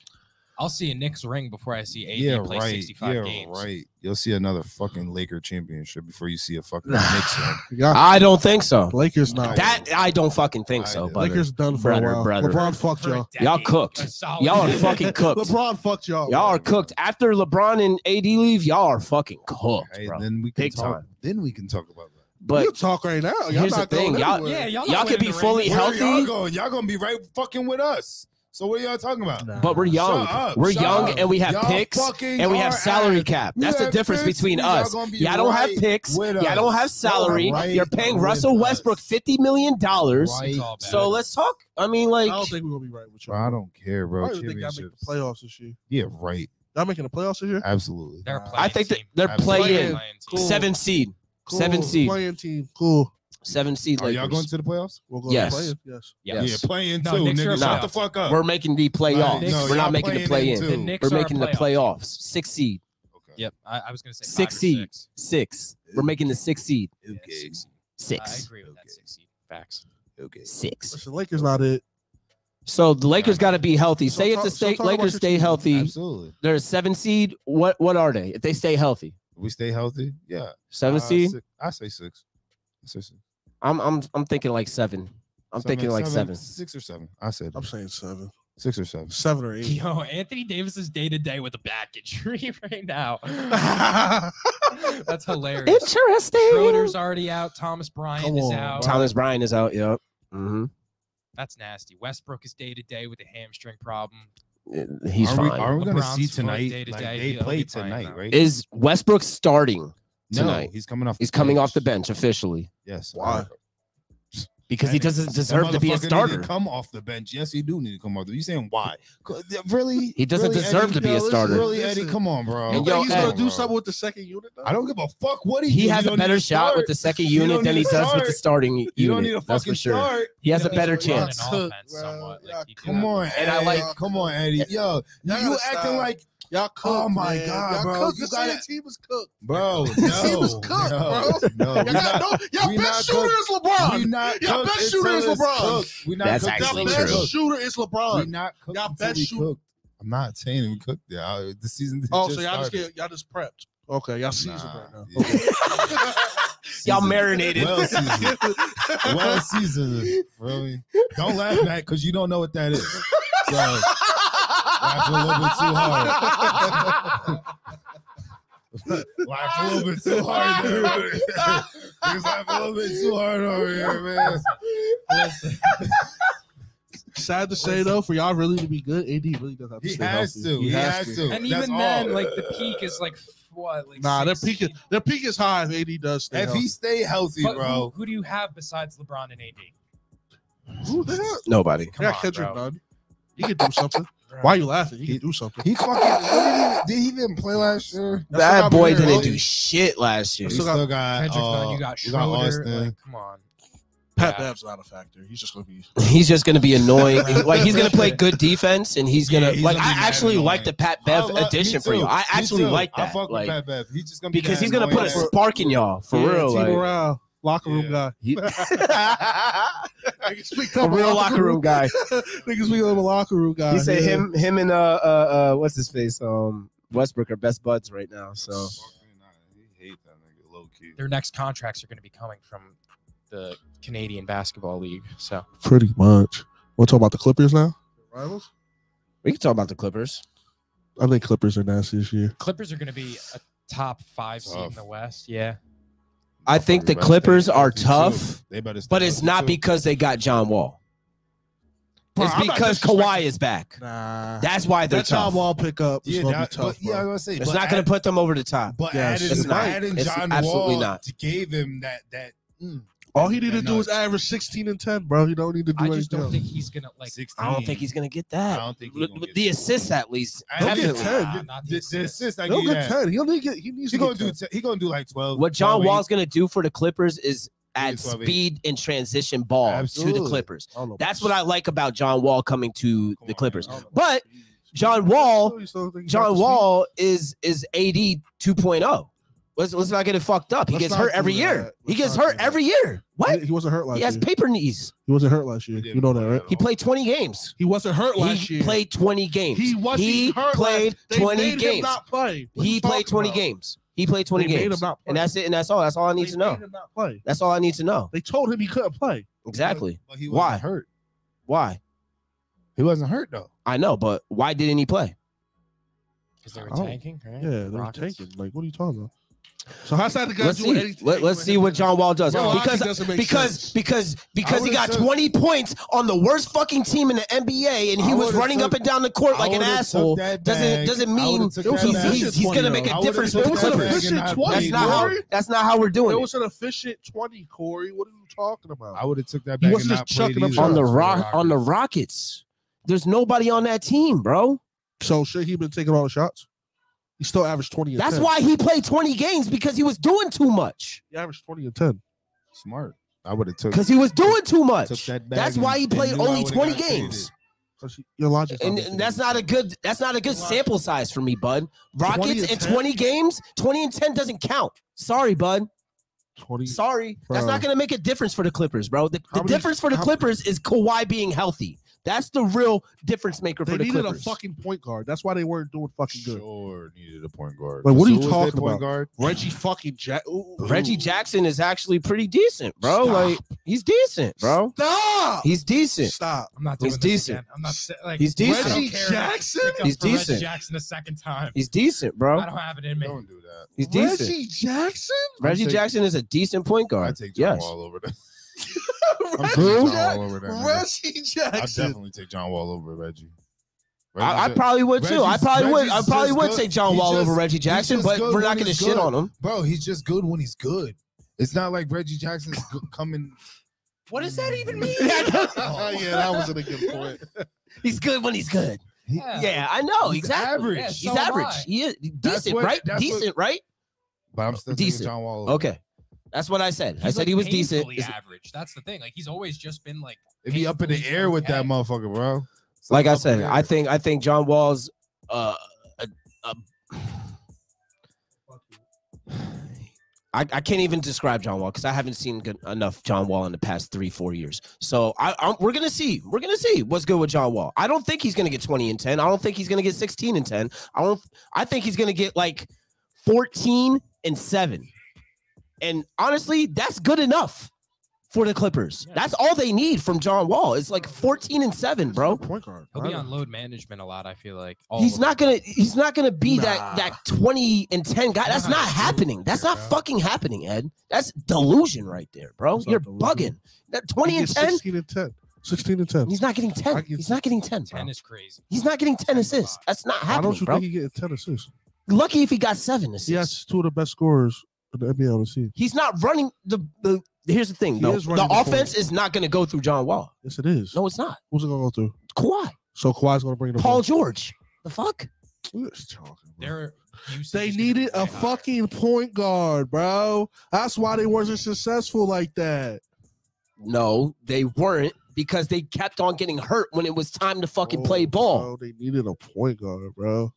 S2: I'll see a Knicks ring before I see AD
S4: Yeah,
S2: play
S4: right.
S2: 65
S4: yeah,
S2: games.
S4: right. You'll see another fucking Laker championship before you see a fucking Knicks one.
S1: Yeah,
S3: I don't think so.
S1: Lakers not.
S3: That I don't fucking think so.
S4: I-
S3: But
S1: Lakers done for
S3: Brother,
S1: a while.
S3: brother.
S1: LeBron fucked
S2: For a
S1: y'all.
S2: decade,
S3: Y'all cooked.
S2: a solid
S3: y'all are
S2: decade.
S3: fucking cooked.
S1: LeBron fucked
S4: Oh,
S1: y'all.
S3: Y'all are cooked. After LeBron and AD leave, y'all are fucking cooked,
S4: Hey,
S3: bro.
S4: then we can
S3: Big
S4: talk.
S3: time.
S4: Then we can talk about that.
S1: you
S3: But
S1: talk right now. Y'all
S3: here's the
S1: not
S3: thing,
S1: Going
S3: y'all-
S1: anywhere.
S2: Yeah, y'all,
S3: Y'all
S2: not
S3: could
S2: winning
S3: be
S2: the
S3: fully
S2: ring.
S4: Where are y'all
S3: healthy?
S4: going? Y'all gonna be right fucking with us. So what are y'all talking about?
S1: Nah.
S3: but we're young.
S4: Shut up,
S3: we're
S4: shut
S3: young
S4: up.
S3: and we have
S4: Y'all
S3: picks
S4: fucking
S3: and we have
S4: are
S3: salary
S4: ass.
S3: cap.
S4: You
S3: That's the
S4: have
S3: difference
S4: picks,
S3: between
S4: y'all
S3: us.
S4: gonna be
S3: Y'all don't have
S4: right
S3: picks.
S4: with
S3: Y'all don't
S4: us.
S3: have salary.
S4: Right
S3: You're paying
S4: with
S3: Russell
S4: us.
S3: Westbrook fifty million dollars.
S4: Right.
S2: It's all bad.
S3: So let's talk. I mean,
S1: I
S3: like,
S1: don't think we're gonna be right with
S4: Bro,
S1: y'all.
S4: I don't care,
S1: I
S4: bro.
S1: don't think y'all make
S4: Championships.
S1: the playoffs this year.
S4: Yeah, right.
S1: Y'all making the playoffs this year?
S4: Absolutely.
S2: They're a
S1: I
S2: play-in
S3: I think that
S2: team.
S3: they're
S4: Absolutely.
S3: playing
S2: Play-in team.
S1: Cool.
S3: seven seed,
S1: Cool.
S3: seven seed,
S1: Playing team. Cool.
S3: seven seed.
S4: Are Oh, y'all
S3: Lakers.
S4: going to the playoffs?
S1: We'll go
S3: Yes.
S1: to playing. Yes.
S3: Yes.
S4: Yeah, playing
S2: No,
S4: too.
S2: Knicks are
S4: nigga, shut
S3: playoffs.
S4: the fuck up.
S3: We're making the playoffs.
S4: Right. No,
S3: We're not
S4: y'all
S3: making the play
S4: playing
S3: in.
S4: in
S2: The
S4: Dude,
S2: Knicks
S3: We're
S2: are a
S3: making the playoffs. Six seed,
S4: Okay.
S2: Yep, I, I was gonna say five
S3: Six
S2: or
S3: seed.
S2: six.
S3: six. We're making the six seed,
S2: Yeah,
S4: Okay.
S2: six. I
S3: six,
S2: agree with that
S4: Okay.
S2: six seed. Facts.
S4: Okay.
S3: six.
S1: Listen, Lakers not it.
S3: So the Lakers got to be healthy.
S1: So
S3: Say if
S1: talk-
S3: the
S1: so
S3: state
S1: talk about
S3: Lakers
S1: your
S3: stay
S1: team.
S3: healthy,
S4: Absolutely.
S3: they're a seven seed. What what are they? If they stay healthy,
S4: We stay healthy. Yeah.
S3: seven
S4: Uh,
S3: seed.
S4: six- I say six. I say six.
S3: I'm I'm I'm thinking like seven. I'm
S4: Seven-
S3: thinking like seven.
S4: Six or seven. I said
S1: I'm saying seven,
S4: six or seven.
S1: seven or eight.
S2: Yo, Anthony Davis is day to day with a back injury right now. That's hilarious.
S3: Interesting.
S2: Schroeder's already out. Thomas Bryant
S1: Come
S2: is
S1: on,
S2: out.
S3: Thomas Bryan is out. Yep. hmm
S2: That's nasty. Westbrook is day to day with a hamstring problem.
S3: Uh, He's
S4: are
S3: fine.
S4: We, are we going to
S2: LeBron's
S4: see
S2: foot
S4: tonight?
S2: day to
S4: like,
S2: day,
S4: they
S2: he'll
S4: play
S2: be fine
S4: tonight,
S2: now.
S4: right?
S3: Is Westbrook starting? tonight.
S4: No, he's coming off.
S3: He's coming off the
S4: bench.
S3: bench officially
S4: Yes.
S1: Why?
S3: because he
S4: That nigga-
S3: doesn't deserve to be a
S4: motherfucker need
S3: starter.
S4: come off the bench. Yes, he do need to come off. The, you saying why? 'Cause th- Really?
S3: He doesn't
S4: Really,
S3: deserve
S4: Eddie?
S3: to be a
S4: Yo, listen,
S3: starter.
S4: Really, Eddie?
S1: Listen.
S4: Come on, bro.
S1: You
S3: And
S1: think
S3: yo,
S1: he's
S3: Ed.
S1: gonna do something with the second unit? Though?
S4: I don't give a fuck what he.
S3: He
S4: do.
S3: has
S4: You
S3: a
S4: don't
S3: better
S4: need to
S3: shot with
S4: start.
S3: the second
S4: You don't
S3: unit than he
S4: need to
S3: does with the
S4: start.
S3: starting
S4: You don't
S3: unit.
S4: need a
S3: that's
S4: fucking
S3: for sure.
S4: start.
S3: He has a
S2: At least
S3: better
S2: we're running
S3: chance.
S2: an offense
S1: Well,
S2: somewhat. Like,
S1: yeah,
S2: he
S4: Come
S2: did.
S4: on,
S3: And I
S4: Eddie.
S3: like-
S4: Come on, Eddie. Yo, you,
S1: Y'all
S4: you
S1: gotta
S4: acting
S1: stop.
S4: like,
S1: Y'all cooked.
S4: Oh my
S1: man.
S4: God,
S1: y'all
S4: bro.
S1: Cooked.
S4: You
S1: You got
S4: gotta-
S1: team was cooked.
S4: bro. No,
S1: This team is cooked,
S4: no,
S1: bro.
S4: No,
S1: Y'all
S4: we
S1: got
S4: not,
S1: no. Y'all
S4: we
S1: best
S4: not
S1: shooter is
S4: we
S1: LeBron.
S4: not
S1: Y'all
S4: cooked
S1: best shooter
S4: until
S1: is
S4: it's
S1: LeBron.
S4: cooked. We not
S3: That's
S4: cooked
S3: actually
S1: Y'all
S4: until it's
S1: best
S3: true.
S4: cooked.
S1: shooter is
S4: We
S1: LeBron.
S4: not cooked.
S1: Y'all
S4: until
S1: best
S4: we
S1: shooter.
S4: cooked. I'm not saying we cooked. Yeah, I- the season.
S1: Oh,
S4: just
S1: so y'all just
S4: started.
S1: get y'all just prepped. Okay, y'all seasoned
S4: Nah,
S1: right now.
S4: yeah.
S3: Y'all
S4: Seasoned.
S3: marinated.
S4: Well seasoned. Well seasoned. Really? Don't laugh, Matt, because you don't know what that is. So laugh a little bit too hard. laugh a little bit too hard. There. Niggas laugh a little bit too hard over here, man. Listen,
S1: Sad to say though, for y'all really to be good, AD really does have to
S4: he
S1: stay
S4: has
S1: healthy.
S4: to. He, has, to.
S2: And
S4: That's
S2: even
S4: all.
S2: then, like the peak is like what? Like
S1: Nah, their peak is
S2: 16?
S1: their peak is high if AD does stay
S4: If he
S1: healthy.
S4: stay healthy,
S2: But
S4: bro.
S2: Who, who do you have besides LeBron and AD?
S1: Who the hell?
S3: Nobody.
S2: Come
S1: Yeah,
S2: on,
S1: Kendrick
S2: bro.
S1: Nunn. He could do something.
S2: Bro.
S1: Why are you laughing? He, could do something.
S4: He fucking what did he, did he even play last year?
S1: That's what
S3: That
S1: I'm
S3: boy
S1: hearing.
S3: didn't do shit last year.
S4: We
S1: still
S4: still got,
S1: got-
S2: Kendrick Nunn,
S4: uh,
S2: you got
S4: we got
S2: Schroeder.
S4: Austin.
S2: like, come on.
S1: Pat
S2: Yeah.
S1: Bab's not a factor. He's just gonna be.
S3: He's just gonna be annoying. like he's gonna play good defense, and he's gonna
S4: Yeah, he's
S3: like.
S4: gonna be
S3: I
S4: mad
S3: actually
S4: annoying.
S3: like the Pat
S4: I
S3: Bev
S4: love- me
S3: addition for
S4: too.
S3: you. I
S4: Me
S3: actually
S4: too.
S3: like
S4: I
S3: that.
S4: fuck
S3: like
S4: with Pat Bev. He's just gonna be
S3: because
S4: that
S3: he's gonna put a
S4: annoying ass-
S3: spark in y'all for
S1: Yeah,
S3: real.
S1: Tito
S3: Like,
S1: Rao, locker room
S4: Yeah.
S1: guy.
S3: he-
S1: I can speak
S3: a real locker room guy.
S1: Niggas speak of a locker room guy.
S3: He said
S1: yeah.
S3: him, him, and uh, uh, uh, what's his face? Um, Westbrook are best buds right now. So
S4: Fucking, I hate that nigga, low key.
S2: Their next contracts are going to be coming from the Canadian Basketball League. So
S1: Pretty much. We're talking about the Clippers now. Rivals.
S3: we can talk about the Clippers.
S1: I think Clippers are nasty this year.
S2: Clippers are going to be a top five seed in
S4: Tough.
S2: the West. Yeah.
S3: I think the
S4: They better
S3: Clippers
S4: stay
S3: are
S4: healthy,
S3: tough,
S4: too. They better stay
S3: But it's
S4: healthy,
S3: not
S4: too.
S3: because they got John Wall.
S1: Bro,
S3: it's
S1: I'm not
S3: because Kawhi
S1: disrespecting-
S3: is back.
S1: Nah.
S3: That's why they're
S1: That John
S3: tough.
S1: Wall pickup is
S4: Yeah,
S1: gonna
S4: that-
S1: be tough.
S4: but, yeah, I was gonna say,
S3: It's
S4: but
S3: not going
S4: add-
S3: to put them over the top.
S4: But
S1: Yes,
S4: adding,
S1: it's
S3: not.
S4: adding
S3: It's
S4: John
S3: absolutely
S4: Wall
S3: not.
S4: gave him that that mm,
S1: bro. All he need to
S4: Yeah,
S1: do
S4: no.
S1: is average 16 and 10, bro. You don't need to do
S2: I just
S1: anything.
S2: don't
S1: else.
S2: think he's going to like.
S4: 16.
S3: I don't think he's going to get
S4: I
S3: that.
S4: don't think he's
S3: Look,
S4: gonna
S3: with
S4: get
S3: the
S4: that.
S3: assists at least.
S4: I
S1: He'll
S4: don't
S1: get
S4: think-
S1: 10.
S4: Nah,
S2: Not the
S4: The, the
S2: assist.
S4: assist, I
S1: He'll
S4: give you
S1: get
S4: that.
S1: 10. He'll need get. He needs
S4: He
S1: to
S4: gonna
S1: get 10.
S4: do. T- he gonna do like twelve.
S3: What John
S4: 12,
S3: Wall's going to do for the Clippers is add
S4: Please, Bobby.
S3: speed and transition ball to the
S1: Absolutely.
S3: Clippers.
S1: I don't know.
S3: That's what I like about John Wall coming to
S4: Come
S3: the
S4: on,
S3: Clippers.
S4: man. I don't know.
S3: But John Wall- John Wall is is AD 2.0. oh. Let's let's not get it fucked up. He
S1: Let's
S3: gets
S1: not
S3: hurt
S1: do
S3: every
S1: that.
S3: year. He
S1: Let's
S3: gets
S1: not
S3: hurt
S1: do that.
S3: every year. What?
S1: He, he wasn't hurt last
S3: He has
S1: year.
S3: paper knees.
S1: He wasn't hurt last year.
S4: He didn't
S1: You know that, right?
S4: play
S3: He played 20 games.
S1: He wasn't hurt
S3: He
S1: last year.
S3: played 20 games.
S1: He was
S3: He
S1: he hurt
S3: played
S1: last- they
S3: 20
S1: made him
S3: games.
S1: not play. What
S3: He
S1: you
S3: played
S1: talking
S3: 20
S1: about?
S3: games. He played 20
S1: They made
S3: games.
S1: him not play.
S3: And that's it. And that's all. That's all I
S1: They
S3: need to know.
S1: made him not play.
S3: That's all I need to know.
S1: They told him he couldn't play.
S3: Exactly.
S4: But he
S3: Why?
S4: wasn't hurt.
S3: Why?
S4: He wasn't hurt though.
S3: I know, but why didn't he play?
S2: because they were
S1: Oh,
S2: tanking, right?
S1: Yeah, they were
S2: Rockets.
S1: taking. Like, what are you talking about? So how's that the guy
S3: Let's
S1: doing
S3: see.
S1: anything
S3: Let, us
S1: with
S3: see
S1: him?
S3: what John Wall does.
S1: Bro, logic
S3: because
S1: doesn't make
S3: because
S1: sense.
S3: because because he
S4: would've
S3: got
S4: took-
S3: 20 points on the worst fucking team in the NBA and he
S4: I
S3: was
S4: would've
S3: running
S4: took-
S3: up and down the court
S4: I
S3: like an
S4: would've took
S3: asshole
S4: that
S3: doesn't
S4: bag.
S3: doesn't
S4: I
S3: mean
S4: would've took
S3: he's,
S1: that bag.
S3: he's, he's gonna make a
S4: I would've
S3: difference
S4: took
S3: with the
S1: It was an
S3: Clippers.
S4: that bag and
S1: efficient
S4: I
S3: That's
S4: played
S1: 20.
S3: not how
S4: Lillard.
S3: that's not how we're
S1: It
S3: doing it.
S1: was an efficient 20, Corey. What are you talking about?
S4: I would have took that
S1: He
S4: back.
S1: wasn't
S4: and
S1: just
S4: not played
S1: chucking them
S4: either.
S1: shots.
S3: On the
S2: for the
S3: rock on the
S2: Rockets.
S3: Rockets. There's nobody on that team, bro.
S1: so should he been taking all the shots? He still averaged 20 and
S3: That's
S1: 10.
S3: why he played 20 games because he was doing too much.
S1: he averaged 20 and 10.
S4: smart. I would have took.
S3: Because he was doing too much.
S4: Took that bag
S3: That's
S4: and-
S3: why he
S4: and
S3: played
S4: knew I
S3: only
S4: would've
S3: 20
S4: got faded.
S3: games.
S1: That's- Your logic.
S3: and, and that's not a good that's not a good sample size for me, bud.
S1: 20
S3: Rockets
S1: and
S3: in
S1: 10?
S3: 20 games, 20 and 10 doesn't count. Sorry, bud.
S1: 20.
S3: Sorry. That's
S1: Bro.
S3: not going to make a difference for the Clippers, bro. The,
S1: How
S3: the
S1: many-
S3: difference for the
S1: how-
S3: Clippers is Kawhi being healthy. That's the real difference maker
S1: They
S3: for the
S1: needed
S3: Clippers.
S1: a fucking point guard. That's why they weren't doing fucking good.
S4: Sure, needed a point guard.
S1: Like, what
S4: So
S1: are you
S4: who was their
S1: talking
S4: point
S1: about?
S4: Guard?
S1: Reggie fucking Jack.
S3: Reggie Jackson is actually pretty decent, bro.
S1: Stop.
S3: Like he's decent, bro.
S1: Stop.
S3: He's decent.
S1: Stop.
S2: I'm not doing
S3: He's
S2: this
S3: decent.
S2: again. I'm not sa- like
S3: He's
S2: I don't
S3: decent.
S1: Reggie
S2: care.
S1: Jackson?
S2: Pick up
S3: He's
S2: for Reggie
S3: decent.
S2: Jackson the second time.
S3: He's decent, bro.
S2: I don't have it in me.
S4: Don't do that.
S3: He's decent. Reggie,
S1: Reggie Jackson?
S4: I'd take-
S3: Jackson is a decent point
S4: I
S3: guard.
S4: take John
S3: Yes.
S4: Wall over that. I'm
S1: Reggie,
S4: taking John
S1: Jack-
S4: Wall over that. nigga.
S1: Reggie
S4: I
S1: Jackson.
S4: definitely take John Wall over Reggie.
S3: I, I
S4: Reggie's a-
S3: probably would too. I
S4: Reggie's-
S3: probably would. I
S4: Reggie's
S3: probably
S4: just
S3: would
S4: good.
S3: take John
S4: He
S3: Wall
S4: just-
S3: over Reggie Jackson,
S4: just
S3: but
S4: good
S3: we're not
S4: when
S3: going to
S4: he's
S3: shit
S4: good.
S3: on him.
S4: Bro, he's just good when he's good. It's not like Reggie Jackson's go- coming.
S3: What does that even mean?
S1: Oh, yeah, that wasn't a good point.
S3: he's good when he's good. Yeah, I know
S4: He's
S3: exactly.
S4: average.
S2: Yeah,
S3: He's
S2: so am
S3: average.
S2: I.
S3: He is
S4: That's
S3: decent,
S4: what-
S3: right?
S4: that's what-
S3: Decent, right?
S4: But I'm still
S3: Decent.
S4: taking John Wall. Over.
S3: Okay, that's what I said. I
S2: He's,
S3: said
S2: like,
S3: he was decent.
S2: painfully
S3: Is-
S2: average. That's the thing. Like he's always just been like
S4: If he up in the air with that
S2: Okay.
S4: motherfucker, bro. It's
S3: Like I
S4: up in
S3: said,
S4: the
S3: I
S4: air.
S3: think I think John Wall's. Uh, a, a, I, I can't even describe John Wall because I haven't seen good, enough John Wall in the past three four years. So I, I'm, we're gonna see. We're gonna see what's good with John Wall. I don't think he's gonna get 20 and 10. I don't think he's gonna get 16 and 10. I don't. I think he's gonna get like 14 and seven. And honestly, that's good enough for the Clippers.
S2: Yeah.
S3: That's all they need from John Wall. It's like 14 and seven, bro.
S1: Point guard.
S2: he'll
S1: I
S2: be
S1: don't-
S2: on load management a lot. I feel like all
S3: He's
S2: of
S3: not
S2: them.
S3: gonna. He's not gonna be that that twenty and ten guy. That's
S4: Nah,
S3: not
S4: dude,
S3: happening. That's not
S4: bro.
S3: fucking happening, Ed. That's delusion right there, bro.
S1: That's not
S3: You're bugging.
S1: delusion.
S3: That twenty
S1: He
S3: and
S1: gets
S3: ten.
S1: 16 and 10. 16 and 10.
S3: He's not getting ten.
S1: I get-
S3: He's not getting ten, bro.
S2: Ten is crazy.
S3: He's not getting ten
S2: 10 is a
S3: assists.
S2: lot.
S3: That's not
S1: Why don't
S3: happening,
S1: you
S3: bro.
S1: think he getting 10 assists?
S3: Lucky if he got seven assists.
S1: He has two of the best scorers in the NBA on the team.
S3: He's not running the the. Here's the thing,
S1: He
S3: though.
S1: is
S3: The
S1: running the
S3: offense is not going to go through John Wall.
S1: Yes, it is.
S3: No, it's not.
S1: Who's it going to go through?
S3: Kawhi,
S1: So Kawhi's going to bring the
S3: Paul
S1: ball.
S3: George. The fuck?
S1: We're just talking, bro.
S2: They're usage
S1: They
S2: is gonna be
S1: needed
S2: way
S1: a
S2: higher.
S1: fucking point guard, bro. That's why they wasn't successful like that.
S3: No, they weren't because they kept on getting hurt when it was time to fucking play
S1: Oh,
S3: ball.
S1: bro, they needed a point guard, bro.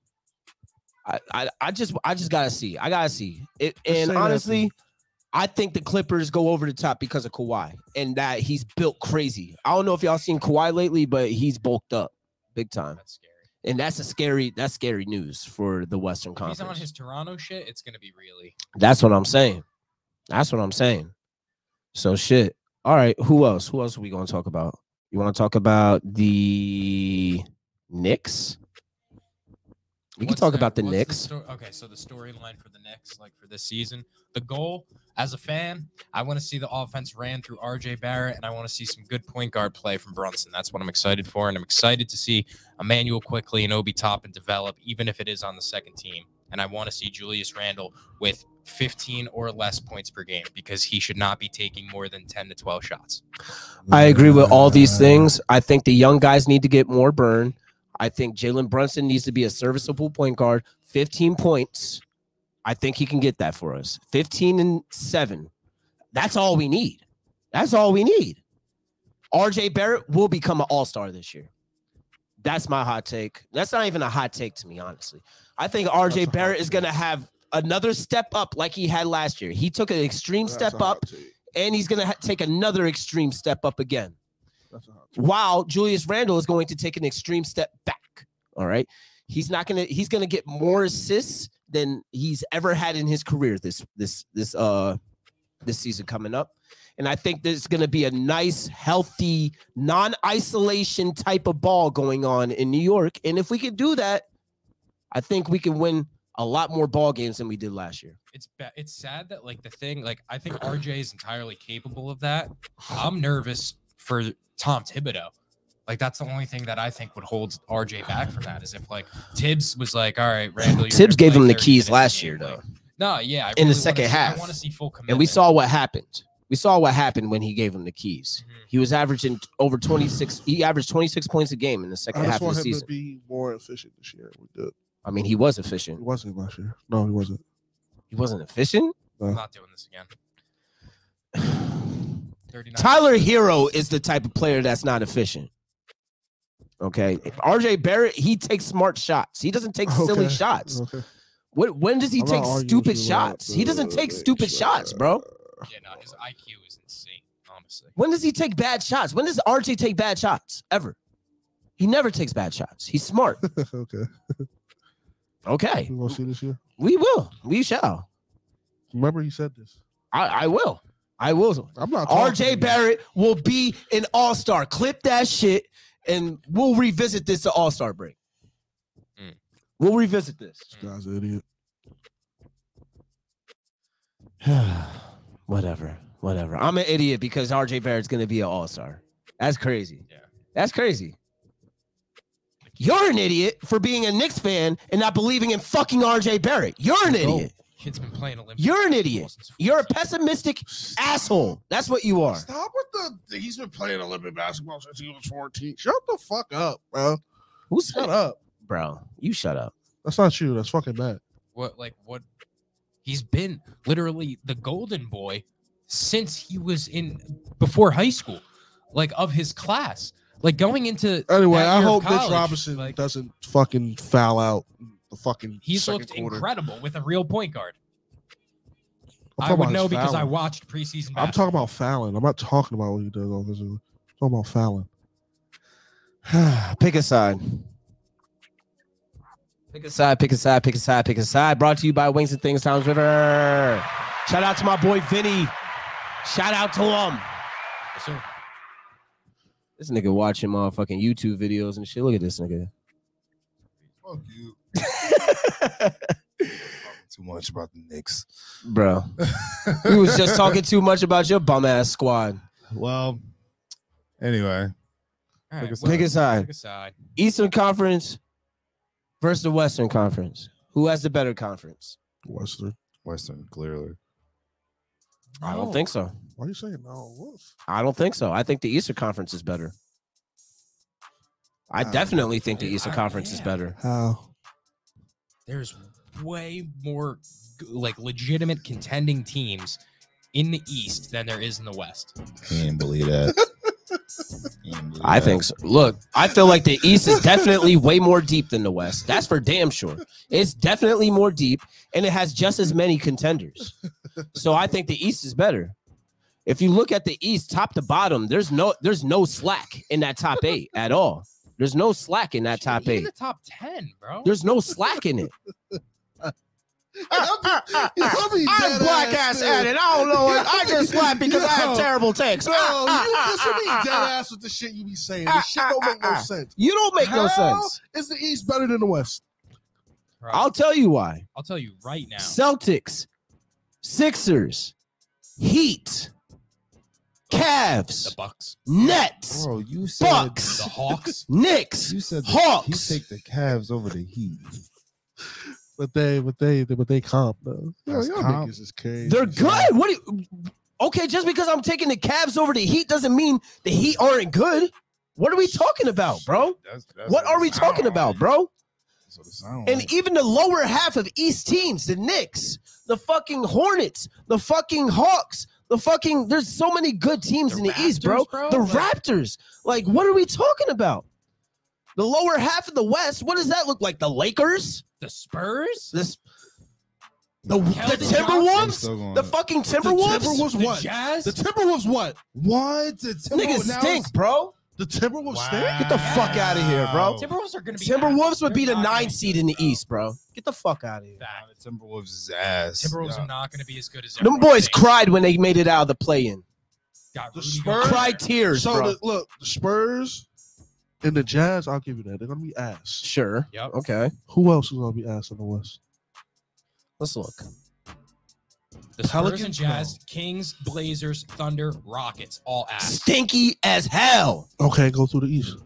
S3: I, I, I just I just gotta see. I gotta see. It,
S1: say
S3: and
S1: that,
S3: honestly,
S1: please.
S3: I think the Clippers go over the top because of Kawhi and that he's built crazy. I don't know if y'all seen Kawhi lately, but he's bulked up big time.
S2: That's scary.
S3: And that's a scary that's scary news for the Western
S2: If he's on
S3: Conference.
S2: his Toronto shit, it's gonna be really.
S3: that's what I'm saying. That's what I'm saying. So shit. All right, who else? Who else are we gonna talk about? You wanna talk about the Knicks? We can
S2: What's
S3: talk
S2: their-
S3: about the
S2: what's
S3: Knicks.
S2: sto- okay, so the storyline for the Knicks, like for this season, the goal as a fan, I want to see the offense ran through R.J. Barrett, and I want to see some good point guard play from Brunson. That's what I'm excited for, and I'm excited to see Emmanuel quickly and Obi Toppin develop, even if it is on the second team. And I want to see Julius Randle with 15 or less points per game because he should not be taking more than 10 to 12 shots.
S3: I agree with all these things. I think the young guys need to get more burn. I think Jalen Brunson needs to be a serviceable point guard. 15 points. I think he can get that for us. 15 and 7. That's all we need. That's all we need. RJ Barrett will become an all star this year. That's my hot take. That's not even a hot take to me, honestly. I think
S1: That's a
S3: RJ
S1: hot
S3: Barrett is
S1: take.
S3: going to have another step up like he had last year. He took an extreme
S1: That's
S3: step
S1: a hot
S3: up,
S1: take.
S3: and he's going to ha- take another extreme step up again
S1: That's a hot take.
S3: while Julius Randle is going to take an extreme step back. All right. He's not gonna he's gonna get more assists than he's ever had in his career this this this uh this season coming up. And I think there's gonna be a nice, healthy, non-isolation type of ball going on in New York. And if we could do that, I think we can win a lot more ball games than we did last year.
S2: it's ba- it's sad that like the thing like I think RJ is entirely capable of that. I'm nervous for Tom Thibodeau. Like that's the only thing that I think would hold RJ back from that is if like Tibbs was like, all right, Randall. you're
S3: Tibbs
S2: gonna
S3: gave
S2: play
S3: him the
S2: 30
S3: keys
S2: minutes a
S3: last
S2: game,"
S3: year,
S2: like,
S3: though.
S2: no, yeah, I
S3: the
S2: wanna
S3: second
S2: see-
S3: half.
S2: I want to see full commitment.
S3: And we saw what happened. We saw what happened when he gave him the keys.
S2: Mhm.
S3: He was averaging t- over 26. He averaged 26 points a game in the second
S1: I
S3: half
S1: just
S3: of
S1: want
S3: the
S1: him
S3: season.
S1: to be more efficient this year. We did.
S3: I mean, he was
S1: He
S3: efficient.
S1: wasn't last year. No, he wasn't.
S3: He wasn't efficient.
S2: I'm not doing this again. 39.
S3: Tyler Hero is the type of player that's not efficient. Okay. RJ Barrett, he takes smart shots. He doesn't take silly
S1: Okay.
S3: shots.
S1: Okay.
S3: What, when does he
S1: I'm not
S3: take
S1: arguing with
S3: stupid
S1: you about
S3: shots? He doesn't
S1: the
S3: take
S1: big
S3: stupid shots, bro.
S2: Yeah, no, his IQ is insane. Honestly,
S3: When does he take bad shots? When does RJ take bad shots? Ever. He never takes bad shots. He's smart.
S1: okay.
S3: Okay.
S1: We gonna see this year.
S3: We will. We shall.
S1: Remember, he said this.
S3: I, I will. I will.
S1: I'm not. talking to you.
S3: RJ Barrett will be an all star. Clip that shit and we'll revisit this at all star break.
S2: Mm.
S3: We'll revisit this.
S1: This guy's an idiot.
S3: whatever. Whatever. I'm an idiot because RJ Barrett's going to be an all star. That's crazy.
S2: Yeah.
S3: That's crazy. You're an idiot for being a Knicks fan and not believing in fucking RJ Barrett. You're an
S1: No.
S3: idiot.
S2: kid's been playing Olympic.
S3: You're an
S2: basketball
S3: idiot.
S2: since
S3: You're a
S2: 14.
S3: pessimistic asshole. That's what you are.
S1: Stop with the. He's been playing Olympic basketball since he was 14. Shut the fuck up, bro.
S3: Who said
S1: Shut up.
S3: Bro, you shut up.
S1: That's not you. That's fucking bad.
S2: what like what he's been literally the golden boy since he was in before high school like of his class like going into
S1: Anyway,
S2: that year
S1: I
S2: of
S1: hope
S2: college,
S1: Mitch Robinson
S2: like,
S1: doesn't fucking foul out the fucking.
S2: he's
S1: second
S2: looked
S1: quarter.
S2: incredible with a real point guard
S1: I'm
S2: i
S1: talking
S2: would
S1: about
S2: know
S1: his
S2: because i
S1: fouling.
S2: watched preseason
S1: I'm talking about fouling. I'm not talking about what he does offensively. I'm talking about fouling.
S3: pick a side. Pick a side, pick a side, pick a side, pick a side. Brought to you by Wings and Things, Towns River. Shout out to my boy Vinny. Shout out to him.
S2: so
S3: This nigga watching motherfucking YouTube videos and shit. Look at this nigga.
S4: Fuck you. Too much about the Knicks.
S3: Bro, we was just talking too much about your bum ass squad.
S4: Well, anyway,
S2: all right,
S4: Pick a
S2: well,
S3: Pick a side.
S2: pick a side.
S3: Eastern Conference versus the Western Conference. Who has the better conference?
S1: Western.
S4: Western clearly.
S3: I don't
S4: Oh.
S2: No.
S3: think so.
S1: Why are you saying no? Wolf?
S3: I don't think so. I think the Eastern Conference is better. I
S1: I don't
S3: definitely think the
S2: Dude,
S3: Eastern
S2: I-
S3: Conference is
S2: yeah.
S3: better.
S1: How?
S2: there's way more g- like legitimate contending teams in the east than there is in the west
S4: Can't believe that. Can't believe
S3: I
S4: that.
S3: think so. Look, I feel like the East is definitely way more deep than the West. That's for damn sure. It's definitely more deep and it has just as many contenders. So I think the East is better. If you look at the East top to bottom, there's no there's no slack in that top 8 at all. There's no slack in that
S2: Shit,
S3: top
S2: even
S3: 8.
S2: the top 10 bro
S3: There's no slack in it.
S2: Ah,
S1: I'm
S3: it. Oh, I don't know.
S1: I just laugh because I have
S3: terrible takes.
S1: No,
S2: Ah,
S1: you just you be dead ass with the shit you be saying. This shit don't make
S2: ah,
S1: no sense.
S3: You don't make no
S1: How
S3: sense.
S1: Is the East better than the West?
S2: Bro,
S3: I'll tell you why.
S2: I'll tell you right now
S3: Celtics, Sixers, Heat,
S2: the
S3: Cavs,
S2: bucks
S3: Nets,
S4: Bro, you said
S2: the
S3: Bucks,
S2: hawks
S3: Knicks.
S4: you said the,
S3: Hawks.
S4: You take the Cavs over the Heat.
S1: But they, but they, but they comp though.
S4: That's
S1: Yo, y'all
S4: comp.
S1: niggas is crazy.
S3: They're good. What? Do you, okay, just because I'm taking the Cavs over the Heat doesn't mean the Heat aren't good. What are we talking about, bro?
S4: That's- that's
S3: What are we
S4: it sound
S3: talking about,
S4: like.
S3: bro?
S4: That's what it sound like.
S3: And even the lower half of East teams, the Knicks, the fucking Hornets, the fucking Hawks, The fucking there's so many good teams
S2: The
S3: in the
S2: Raptors,
S3: East, bro.
S2: bro,
S3: The
S2: like-
S3: Raptors. Like, what are we talking about? The lower half of the West. What does that look like? The Lakers?
S2: The Spurs?
S3: This the, the
S2: Johnson?
S4: I'm
S3: Timberwolves?
S4: still going
S3: The
S4: up.
S3: fucking Timberwolves?
S1: Timberwolves
S2: The
S1: what?
S2: Jazz?
S1: The Timberwolves what?
S4: What? The
S3: Niggas
S4: Timberwolves now
S3: stink,
S4: is-
S3: bro.
S1: The Timberwolves
S4: Wow.
S1: stink?
S3: Get the fuck outta here, bro.
S2: Timberwolves are going to be
S3: Timberwolves would be the
S2: They're not
S3: nine
S2: gonna
S3: seed
S2: do
S3: in the
S2: it, bro.
S3: East, bro. Get the fuck out of here.
S4: Nah, the Timberwolves is ass.
S2: Timberwolves
S4: Yeah.
S2: are not going to be as good as
S3: Them
S2: everyone
S3: boys
S2: thinks.
S3: cried when they made it out of the play-in.
S2: Got
S1: The
S2: Rudy
S1: Spurs-
S2: Gobert.
S3: Cried tears,
S1: So
S3: bro.
S1: the, look, the Spurs and the Jazz, I'll give you that. They're gonna be ass.
S3: Sure.
S2: Yep.
S3: Okay.
S1: Who else is gonna be ass in the West?
S3: Let's look.
S2: The Pelicans,
S1: Pelicans,
S2: and Jazz, Kings, Blazers, Thunder, Rockets, all ass.
S3: Stinky as hell.
S1: Okay, go through the East.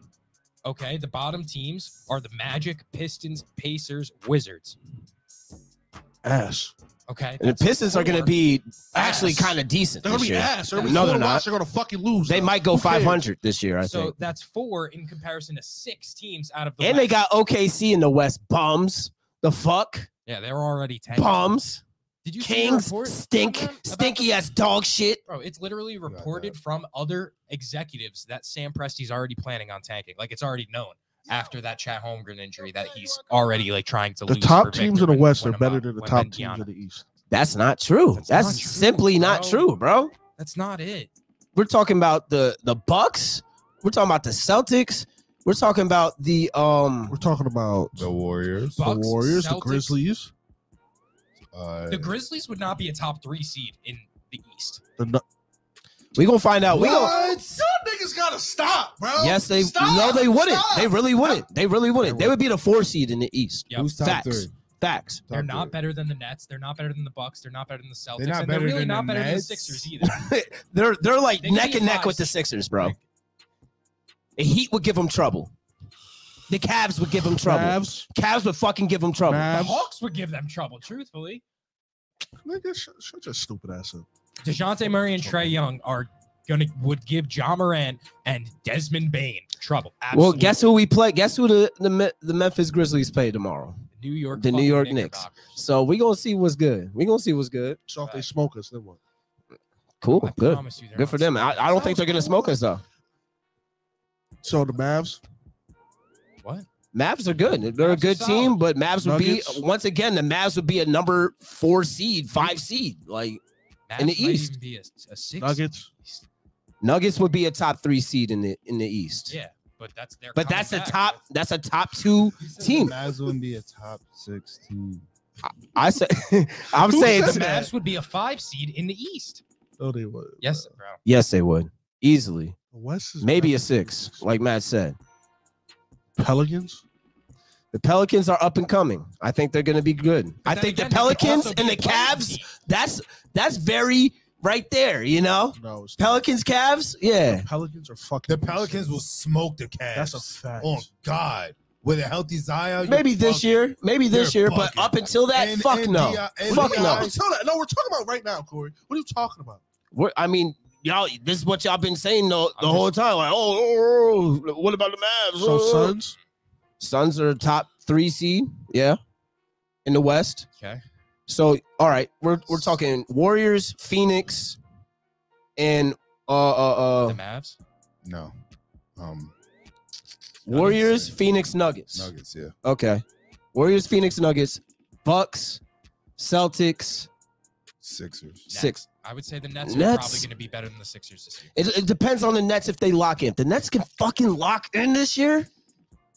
S2: Okay, the bottom teams are the Magic, Pistons, Pacers, Wizards.
S1: Ass.
S2: Okay,
S3: And the Pistons are going to be actually
S2: Ass.
S3: kind of decent
S1: They're gonna
S3: this
S1: be
S3: year.
S1: ass. They're gonna be
S3: No, they're
S1: four
S3: not.
S1: loss. They're gonna fucking lose.
S3: They
S1: though.
S3: might go
S1: Who cares?
S3: 500 this year, I
S2: so
S3: think.
S2: that's four in comparison to six teams out of the.
S3: And they
S2: West.
S3: got OKC in the West. Bums. The fuck?
S2: yeah, they're already ten.
S3: Bums.
S2: Did you see the
S3: Kings.
S2: report from
S3: Stink.
S2: them about-
S3: Stinky ass dog shit.
S2: Bro, it's literally
S4: got that.
S2: reported from other executives that Sam Presti's already planning on tanking. Like it's already known after that Chat Holmgren injury that he's already like trying to.
S1: The
S2: lose
S1: top
S2: for
S1: teams
S2: Victor
S1: in
S2: Wem-
S1: the West are
S2: Wembanyama-
S1: better than the top
S2: Wembanyama.
S1: teams in the East.
S3: That's not true. That's,
S2: That's not true,
S3: simply not
S2: bro.
S3: true, bro.
S2: That's not it.
S3: We're talking about the the Bucks. We're talking about the Celtics. We're talking about the
S1: We're
S3: um
S1: talking about
S4: The Warriors.
S1: the
S2: Bucks,
S1: Warriors, the
S2: Celtics.
S1: Grizzlies,
S4: Uh,
S2: The Grizzlies would not be a top three seed in the East.
S1: the Nu-
S3: we gonna find out. We gonna
S4: What? Y'all niggas gotta stop, bro.
S3: Yes, they
S4: Stop!
S3: no, they wouldn't.
S4: Stop!
S3: They really wouldn't. They really wouldn't.
S2: They
S3: They would be the four seed in the East.
S2: Yep.
S4: Who's top
S3: Facts.
S4: three?
S3: Facts.
S2: They're
S4: Top
S2: not
S4: three.
S2: better than the Nets. They're not better than the Bucks. They're not better than the Celtics.
S4: not
S2: and they're
S4: better
S2: really
S4: than
S2: not
S4: the
S2: better than the
S4: Nets?
S2: Sixers either.
S3: They're they're like
S2: They could
S3: neck
S2: be
S3: and neck
S2: five
S3: with the
S2: seed.
S3: Sixers, bro. The Heat would give them trouble. The Cavs would give them trouble. Cavs,
S1: Mavs.
S3: would fucking give them trouble.
S2: the
S1: Mavs.
S2: Hawks would give them trouble, truthfully.
S1: Nigga, shut, shut your stupid ass up.
S2: DeJounte Murray and Trey Young are gonna would give John Moran and Desmond Bain trouble.
S3: Well,
S2: Absolutely.
S3: guess who we play? Guess who the the, Me- the Memphis Grizzlies play tomorrow?
S2: New York
S3: the New
S2: fucking
S3: York Knicks.
S2: Knickerbockers.
S3: So we gonna see what's good. We gonna see what's good.
S1: So if they smoke us, then what?
S3: Cool,
S2: I
S3: good,
S2: promise you they're
S3: good
S2: not
S3: for them. I, I don't think they're gonna smoke us though.
S1: So the Mavs,
S2: What?
S3: Mavs are good. They're
S2: Mavs
S3: a
S2: are
S3: good
S2: solid.
S3: team, but Mavs would be
S1: Nuggets.
S3: once again the Mavs would be a number four seed, five seed. Like
S2: Mavs
S3: In the
S2: might
S3: East.
S2: even be a, a six.
S1: Nuggets.
S2: seed.
S3: Nuggets would be a top three seed in the in the East.
S2: Yeah, but that's their.
S3: But that's a top. That's a top two. Team.
S4: Mavs wouldn't be a top six team.
S3: I said. I'm saying.
S2: The Mavs would be a five seed in the East.
S1: Oh, they would.
S2: Yes, bro.
S3: Yes, they would easily.
S1: The West is
S3: Maybe a
S1: better than the
S3: six,
S1: East.
S3: like Matt said.
S1: Pelicans.
S3: The Pelicans are up and coming. I think they're going to be good. I
S2: Then
S3: think the
S2: again, they could
S3: Pelicans
S2: also be
S3: and the
S2: a playoff
S3: Cavs.
S2: seed.
S3: That's that's very right there. You know,
S1: No, it's not.
S3: Pelicans, Cavs. Yeah.
S1: The Pelicans are fucking.
S4: The Pelicans will smoke the Cavs.
S1: That's a fact.
S4: Oh God, with a healthy Zion.
S3: Maybe this year. Maybe this year.
S4: You're
S3: But
S4: bugging.
S3: up until that,
S4: And-
S3: fuck
S4: and
S3: no.
S4: D- and
S3: Fuck
S4: D-
S3: no.
S1: I tell that. No, we're talking about right now, Corey. What are you talking about?
S3: We're, I mean, y'all. This is what y'all been saying the, the
S2: I'm
S3: whole time. Like, oh, oh, oh, what about the Mavs?
S1: So
S3: Oh, oh.
S1: Suns,
S3: Suns are top three seed, yeah, in the West.
S2: Okay.
S3: So all right, we're we're talking Warriors, Phoenix, and uh uh,
S2: The
S3: uh
S2: Mavs.
S4: No, um,
S3: Warriors,
S4: Nuggets.
S3: Phoenix, Nuggets.
S4: Nuggets. Yeah,
S3: Okay, Warriors, Phoenix, Nuggets, Bucks, Celtics.
S4: Sixers.
S3: Six.
S2: I would say the Nets, are
S3: Nets.
S2: probably going to be better than the Sixers this year.
S3: It, it depends on the Nets if they lock in. If the Nets can fucking lock in this year.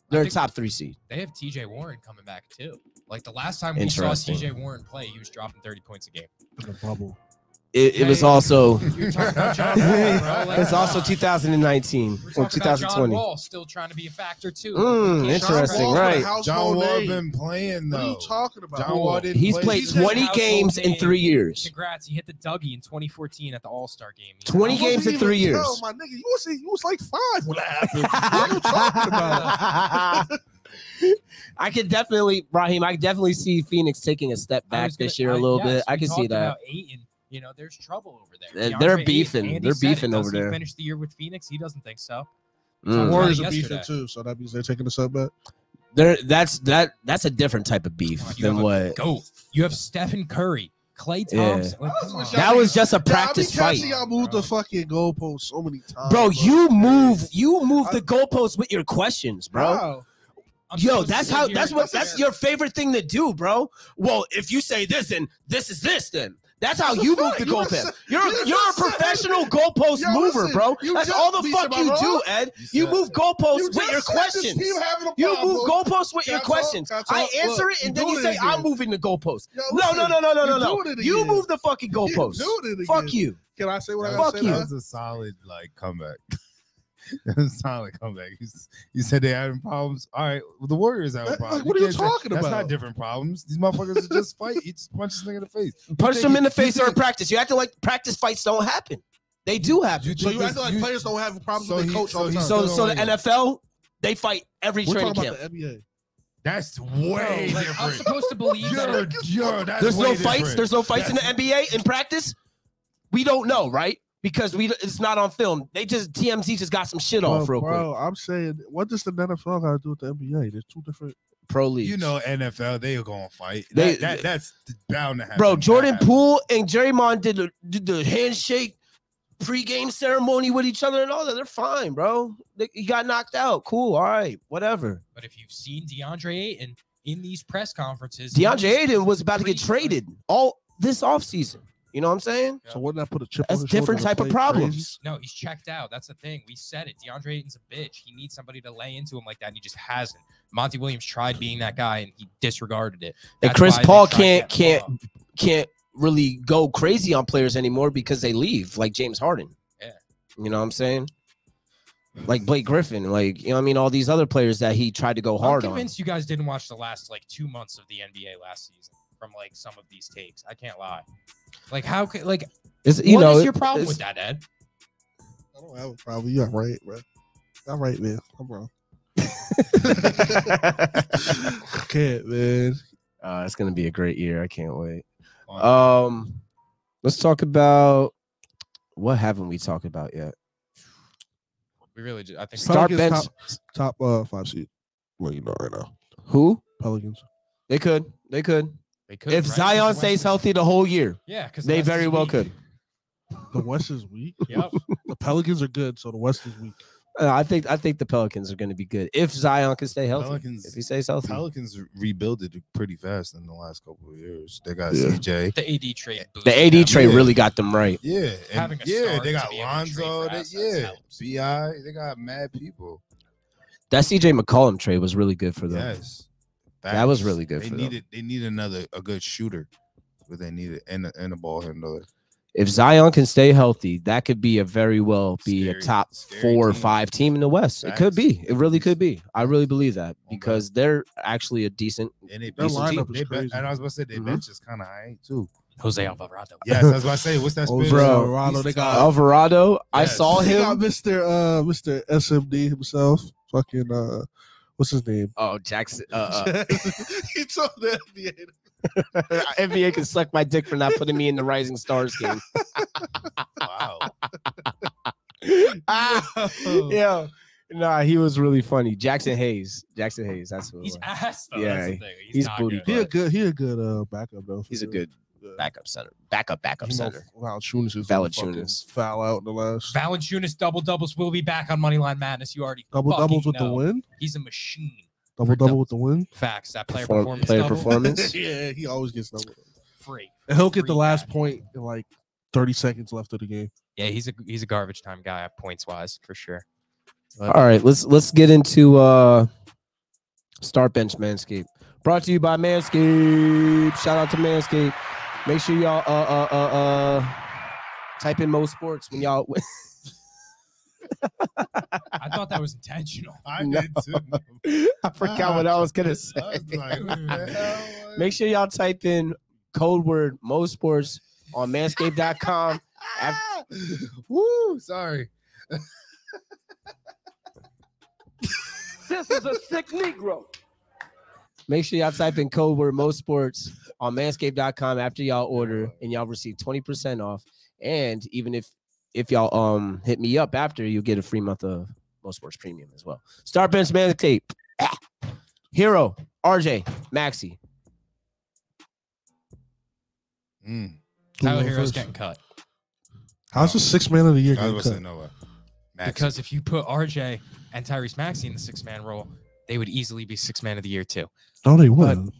S3: They're a
S2: think-
S3: top three seed.
S2: They have TJ Warren coming back too. Like the last time we saw
S3: Interesting.
S2: TJ Warren play, he was dropping 30 points a game.
S1: in the bubble.
S3: It, it was
S2: Hey.
S3: also
S2: You're talking about John Wall, bro. Like,
S3: it's also
S2: nah.
S3: 2019
S2: We're talking
S3: or
S2: about John
S3: 2020.
S2: Wall still trying to be a factor too.
S3: Mm,
S2: Like, John
S3: interesting,
S2: Wall-
S3: right.
S4: John
S1: John
S4: Wall
S1: Wall
S4: been playing
S1: What are
S4: though.
S1: you talking about?
S4: John Wall didn't
S3: He's
S4: play.
S3: played
S1: He's
S2: been
S3: 20
S2: household
S3: games in
S2: name.
S3: three years.
S2: Congrats, he hit the Dougie in 2014 at the All Star game. You know?
S3: 20
S1: I
S3: games
S1: wasn't
S3: in three
S1: even-
S3: years. Mm.
S1: Yo, my nigga, you was, you was like five when that happened. what are you talking about?
S3: I could definitely, Raheem. I could definitely see Phoenix taking a step
S2: I
S3: back
S2: was gonna-
S3: this year a
S2: I-
S3: little
S2: yes,
S3: bit. I
S2: we
S3: can see
S2: talked
S3: that.
S2: About Ayton, you know, there's trouble over there.
S3: They're- they're
S2: DeAndre Ayton,
S3: beefing.
S2: Andy
S3: They're
S2: said it.
S3: beefing
S2: Does
S3: over
S2: he
S3: there.
S2: Finish the year with Phoenix? He doesn't think so.
S3: Mm.
S2: War-
S1: Warriors are
S2: Like
S1: beefing
S2: yesterday.
S1: too, so that means they're taking us up back.
S3: There, that's that. That's a different type of beef
S2: Come on, you
S3: than
S2: have a
S3: what.
S2: Go. You have Stephen Curry, Clay
S3: Yeah.
S2: Thompson. Like, come on.
S3: That was just a practice
S1: I
S3: fight.
S1: y'all moved the fucking goalpost so many times.
S3: Bro, you move you move the goalposts with your questions, bro.
S1: Wow.
S2: I'm
S3: Yo,
S2: supposed to
S3: that's
S2: sit
S3: how
S2: here
S3: that's
S2: and-
S3: what that's your favorite thing to do, bro. Well, if you say this, then this is this, then that's how
S1: That's a
S3: you move
S1: fact.
S3: the
S1: You just
S3: goalpost.
S1: said-
S3: You're
S1: you
S3: a,
S1: just
S3: you're a
S1: said-
S3: professional goalpost
S1: Yo,
S3: mover,
S1: listen,
S3: bro.
S1: you
S3: That's
S1: just-
S3: all the
S1: Leisha,
S3: fuck
S1: am I
S3: you do,
S1: wrong?
S3: Ed.
S4: You
S3: You
S4: said-
S3: move
S1: You
S3: goalposts with
S1: just
S3: your
S1: said this
S3: questions.
S1: team having a
S3: You
S1: problem.
S3: move goalposts with your
S1: That's all-
S3: questions.
S1: that's
S3: I
S1: all-
S3: answer
S1: look,
S3: it, and
S1: you
S3: then you
S1: doing it
S3: say I'm
S1: again.
S3: moving the goalpost.
S1: Yo,
S3: No,
S1: listen,
S3: no, no, no, no, no,
S1: you're
S3: no.
S1: doing it
S3: You
S1: again.
S3: move the fucking
S1: You're
S3: goalposts.
S1: doing it
S3: Fuck
S1: again.
S3: you.
S1: Can I say what
S4: That
S1: I
S3: Fuck
S1: said?
S3: you.
S4: was- That was a solid like comeback. that was a solid comeback. You, s- you said they having problems. All right, well, the Warriors having
S1: Like,
S4: problems.
S1: what are you
S4: can't say-
S1: talking
S4: That's
S1: about?
S4: not different problems. These motherfuckers are just fight. You just punch this nigga in the face.
S3: Punch
S4: think
S3: them in
S4: it-
S3: the face during practice. You act like practice fights don't happen. They do happen.
S1: So you act like players don't have problems
S4: So
S1: with
S4: he-
S1: their coach
S4: so
S1: all the
S4: he-
S1: time.
S3: So, so the NFL, they fight every
S1: We're
S3: training
S1: talking
S3: camp.
S1: about the NBA.
S4: That's way
S2: Like, I'm
S4: different.
S2: supposed to believe that.
S4: You're, you're, that's
S3: There's no
S4: way
S3: fights.
S4: different.
S3: There's no fights in the NBA in practice. We don't know, right? Because we it's not on film. They just TMZ just got some shit off
S1: Bro,
S3: real quick.
S1: bro, I'm saying, what does the NFL got to do with the NBA? There's two different.
S3: Pro league.
S4: you know NFL, they are gonna fight.
S3: They-
S4: that, that, that's bound to happen.
S3: bro, Jordan
S4: That happens.
S3: Poole and Jerry Mon did the, did the handshake pregame ceremony with each other and all that. They're fine, bro. They, he got knocked out. Cool. All right. Whatever.
S2: But if you've seen DeAndre Ayton in these press conferences,
S3: DeAndre Aiden was about to get
S2: Crazy, right?
S3: traded all this offseason. You know what I'm saying?
S2: Yeah.
S1: So wouldn't that put a chip
S3: That's
S1: on his shoulder
S3: different
S1: to
S3: type of
S1: play crazy?
S3: problems.
S2: No, he's checked out. That's the thing. We said it. DeAndre Ayton's a bitch. He needs somebody to lay into him like that, and he just hasn't. Monty Williams tried being that guy, and he disregarded it.
S3: And
S2: That's
S3: Chris
S2: why they
S3: Paul
S2: tried
S3: can't-
S2: that
S3: can't-
S2: law.
S3: Can't really go crazy on players anymore because they leave, like James Harden.
S2: Yeah.
S3: You know what I'm saying? Like Blake Griffin, like you know what I mean, all these other players that he tried to go hard
S2: I'm
S3: on.
S2: convinced you guys didn't watch the last like two months of the NBA last season from like some of these takes. I can't lie. Like how could like
S3: It's,
S2: what is
S3: you know,
S2: your problem
S3: it's-
S2: with that, Ed?
S1: I don't have a problem. You're right, bro. I'm right, man. I'm wrong. Can't, man.
S3: Uh, it's gonna be a great year. I can't wait.
S4: On-
S3: Um, let's talk about what haven't we talked about yet?
S2: We really just, I think
S3: Start bench.
S1: Pelicans Top uh, five seed. Well, you know right now.
S3: Who
S1: Pelicans.
S3: they could, they could.
S2: they could right?
S3: If
S2: 'Cause the
S3: Zion
S2: West
S3: stays
S2: is-
S3: healthy the whole year,
S2: yeah, because
S3: they very well could.
S1: The West is weak.
S2: Yep.
S1: The Pelicans are good, so the West is weak.
S3: Uh, I think I think the Pelicans are going to be good if Zion can stay healthy.
S4: Pelicans-
S3: if he stays healthy,
S4: Pelicans rebuilded pretty fast in the last couple of years. They got
S1: Yeah.
S4: CJ.
S2: The AD trade.
S3: the AD
S2: boosted
S3: trade
S2: them.
S4: Yeah.
S3: really got them right.
S4: Yeah, and
S2: Having a
S4: yeah,
S2: star to
S4: they got
S2: be able to trade
S4: Lonzo.
S2: for
S4: They,
S2: assets
S4: yeah,
S2: helps.
S4: Bi. They got mad people.
S3: That CJ McCollum trade was really good for them.
S4: Yes,
S3: That was
S4: Facts.
S3: really good
S4: They
S3: for them.
S4: needed. They need another a good shooter, but they needed and a, and a ball handler.
S3: If Zion can stay healthy, that could be a very well be a
S4: Scary-
S3: top
S4: scary
S3: four or
S4: team.
S3: five team in the West. It could
S4: Facts.
S3: be. It really could be. I really believe that
S4: bro.
S3: because they're actually a decent.
S4: And they
S1: Their
S4: basically-
S1: lineup is
S4: they be-
S1: crazy. Mm-hmm.
S4: And I was about to say they
S3: Mhm.
S4: bench is kind of high too.
S2: Jose Alvarado.
S4: Yes, I was about to say what's that?
S1: Oh,
S4: spin?
S3: bro,
S1: Toronto, they got-
S3: Alvarado, I
S4: Yes.
S3: saw
S1: They got
S3: him.
S1: Mr. Uh, Mr. SMD himself. Fucking uh, what's his name?
S3: Oh, Jackson. Uh, uh,
S1: he told the NBA.
S3: NBA can suck my dick for not putting me in the Rising Stars game.
S4: Wow.
S3: Ah,
S1: Oh.
S3: yeah. Nah, he was really funny. Jackson Hayes. Jackson Hayes. That's who. it
S2: He's
S3: was.
S2: ass though.
S3: Yeah,
S2: that's the thing. He's,
S3: he's
S2: not
S3: booty
S2: good.
S1: He a good. He a good uh backup though. for
S3: He's a
S1: sure.
S3: good
S1: Yeah.
S3: backup center. Backup backup center.
S1: Valanciunas is gonna fucking
S3: Valanciunas.
S1: foul out in the last
S2: Valanciunas double doubles will be back on Moneyline Madness. You already
S1: double doubles
S2: fucking
S1: with the
S2: know.
S1: win.
S2: He's a machine.
S1: Double double with the win.
S2: Facts. That player
S3: Perform-
S2: performance.
S3: player
S2: double,
S3: performance.
S1: yeah, he always gets double.
S2: Free.
S1: And he'll get the
S2: Free
S1: last
S2: back.
S1: point in like 30 seconds left of the game.
S2: Yeah, he's a he's a garbage time guy points wise for sure.
S3: All right, let's let's get into uh Start Bench Manscaped. Brought to you by Manscaped. Shout out to Manscaped. Make sure y'all uh uh uh uh type in Mo Sports when y'all
S2: I thought that was intentional.
S4: I
S3: No.
S4: did too.
S3: I forgot what I was
S4: Ah,
S3: gonna say.
S4: I was like, what the hell?
S3: Make sure y'all type in code word Mo Sports on manscaped.com.
S4: Ah! Woo! Sorry.
S5: This is a sick Negro.
S3: Make sure y'all type in code word most sports on manscaped.com after y'all order and y'all receive 20% off. And even if if y'all um hit me up after, you'll get a free month of most sports premium as well. Star Bench Manscaped. Ah. Hero, RJ, Maxi.
S4: Mm.
S1: Who
S2: Tyler
S1: going
S2: Hero's
S1: first?
S2: getting cut
S1: How's the sixth man of the year
S4: I
S1: getting
S4: was saying
S1: cut?
S4: no way.
S2: because if you put RJ and Tyrese Maxey in the six man role, they would easily be six man of the year too.
S1: No, they wouldn't.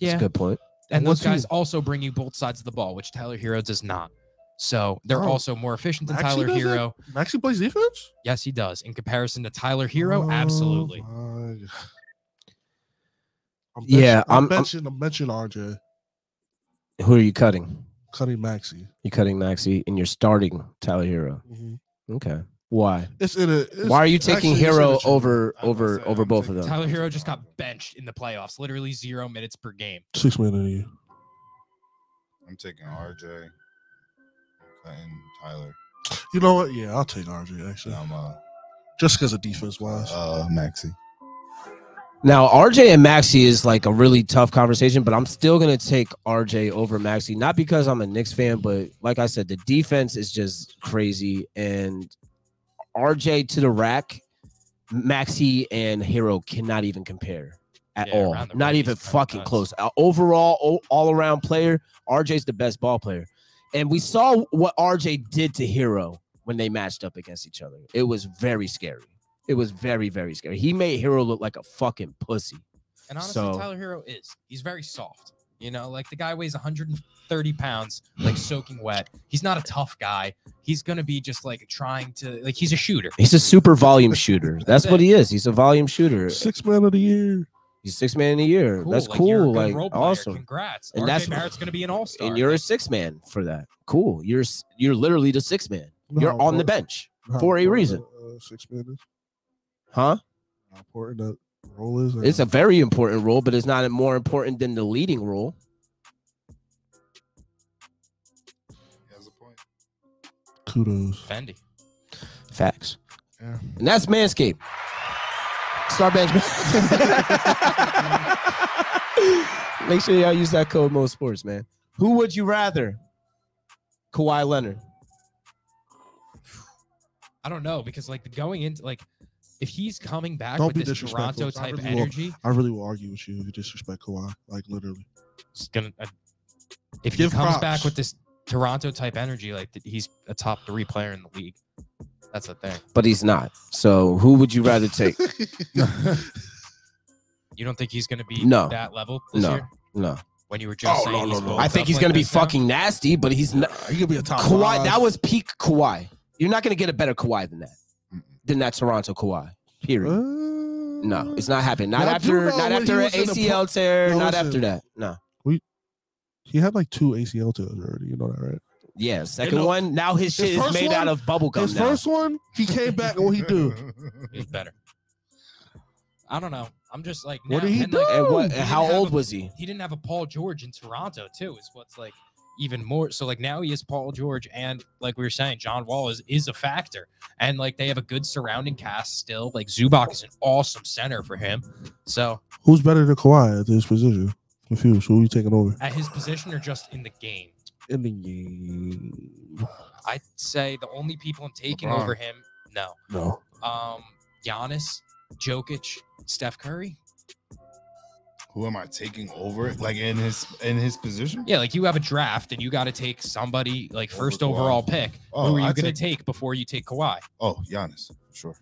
S3: That's a good point.
S2: and
S3: Well,
S2: those guys
S3: too.
S2: also bring you both sides of the ball, which Tyler Hero does not. So they're
S1: Oh.
S2: also more efficient than
S1: Maxey
S2: Tyler
S1: does
S2: Hero.
S1: Maxie plays defense.
S2: Yes, he does. In comparison to Tyler Hero,
S1: Oh,
S2: absolutely.
S1: my God. I'm
S3: Yeah,
S1: benching- I'm,
S3: I'm- I'm-
S1: benching. I'm benching RJ,
S3: Who are you cutting?
S1: cutting Maxie.
S3: You're cutting Maxi and you're starting Tyler Hero. Okay. Why?
S1: It's in a. It's,
S3: Why are you taking
S1: actually, it's in
S3: Hero
S1: a trend.
S3: over
S4: I was
S3: over
S4: gonna say,
S3: over
S4: I'm
S3: both of
S4: taking
S3: them?
S2: Tyler Hero just got benched in the playoffs, literally zero minutes per game.
S1: Six man of the year.
S4: I'm taking RJ, cutting Tyler,
S1: You know what? Yeah, I'll take RJ
S4: and
S1: actually,
S4: I'm uh,
S1: just because of defense wise.
S4: uh Maxi.
S3: Now RJ and Maxi is like a really tough conversation, but I'm still gonna take RJ over Maxi. Not because I'm a Knicks fan, but like I said, the defense is just crazy, and RJ to the rack, Maxi and Hero cannot even compare at
S2: Yeah,
S3: all.
S2: around the
S3: Not
S2: rim,
S3: even
S2: he's kinda
S3: fucking
S2: nuts.
S3: close. Uh, overall, all around player, RJ's the best ball player, and we saw what RJ did to Hero when they matched up against each other. It was very scary. It was very, very scary. He made Hero look like a fucking pussy.
S2: And honestly,
S3: So-
S2: Tyler Hero is. He's very soft. You know, like the guy weighs 130 pounds, like soaking wet. He's not a tough guy. He's going to be just like trying to, like, he's a shooter.
S3: He's a super volume shooter. That's
S2: That's
S3: what
S2: it.
S3: he is. He's a volume shooter.
S1: Six man of the year.
S3: He's six man in a year. That's
S2: Like, you're a
S3: cool.
S2: good
S3: Like
S2: role player.
S3: awesome.
S2: Congrats.
S3: And
S2: RJ
S3: that's-
S2: Barrett's going to be an all star.
S3: And you're a six man for that. Cool. You're s- you're literally the six man. You're
S1: No,
S3: on the
S1: bro.
S3: bench
S1: How
S3: for a
S1: important
S3: reason,
S1: that, Uh, six man is
S3: huh?
S1: how important that role is. uh, and
S3: It's a very important role, but it's not more important than the leading role.
S4: He has a point.
S1: kudos.
S2: Fendi.
S3: Facts.
S1: Yeah.
S3: And that's Manscaped. Star Bench. Make sure y'all use that code Mo Sports, man. Who would you rather? Kawhi Leonard.
S2: I don't know because, like, going into, like, if he's coming back
S1: Don't be
S2: with this
S1: disrespectful.
S2: Toronto
S1: I
S2: type
S1: really will.
S2: energy,
S1: I really will argue with you if you disrespect Kawhi, like literally.
S2: it's gonna. I- if
S1: Give
S2: he comes
S1: props.
S2: back with this Toronto type energy, like th- he's a top three player in the league. That's the thing.
S3: But he's not. So who would you rather take?
S2: You don't think he's gonna be
S3: No.
S2: that level this
S3: No.
S2: year?
S3: No.
S2: When you were just
S1: Oh,
S2: saying
S1: no,
S2: he's
S1: no, no.
S2: bulked
S3: I
S2: up
S3: think he's
S2: like
S3: gonna be
S2: this now?
S3: fucking nasty, but he's not
S1: he could be a top
S3: Kawhi.
S1: five.
S3: That was peak Kawhi. You're not gonna get a better Kawhi than that.
S4: Mm-mm.
S3: Than that Toronto Kawhi. Period. No, it's not happening. Not
S1: Y'all do
S3: after
S1: know
S3: not
S1: when
S3: after an
S1: he was in the
S3: ACL
S1: pro-
S3: tear,
S1: Yo,
S3: not
S1: listen.
S3: after that. No.
S1: He had like two ACL tears already. You know that, right?
S3: Yeah, second
S1: know,
S3: one. Now his
S1: his
S3: shit is
S1: first
S3: made
S1: one-
S3: out of bubble gum
S1: His
S3: now.
S1: first one, he came back. and What he do?
S2: He's better. I don't know. I'm just like,
S1: What
S2: now-
S1: did he
S2: and, like,
S1: do?
S3: And
S1: He
S3: what?
S1: didn't
S3: How
S2: have
S3: old
S2: a-
S3: was he?
S2: he didn't have a Paul George in Toronto too. Is what's like even more. So like now he has Paul George, and like we were saying, John Wall is is a factor, and like they have a good surrounding cast still. Like Zubac is an awesome center for him. So
S1: Who's better than Kawhi at his position? Confused. Who are you taking over?
S2: at his position or just in the game,
S1: In the game.
S2: I'd say the only people I'm taking
S4: LeBron.
S2: over him, no,
S1: No.
S2: um, Giannis, Jokic, Steph Curry.
S4: Who am I taking over? Like in his in his position?
S2: Yeah, like you have a draft and you got to take somebody like
S4: Over
S2: first
S4: Kawhi.
S2: overall pick.
S4: Oh,
S2: Who are you
S4: I'd
S2: going to
S4: take-
S2: take before you take Kawhi?
S4: Oh, Giannis, sure,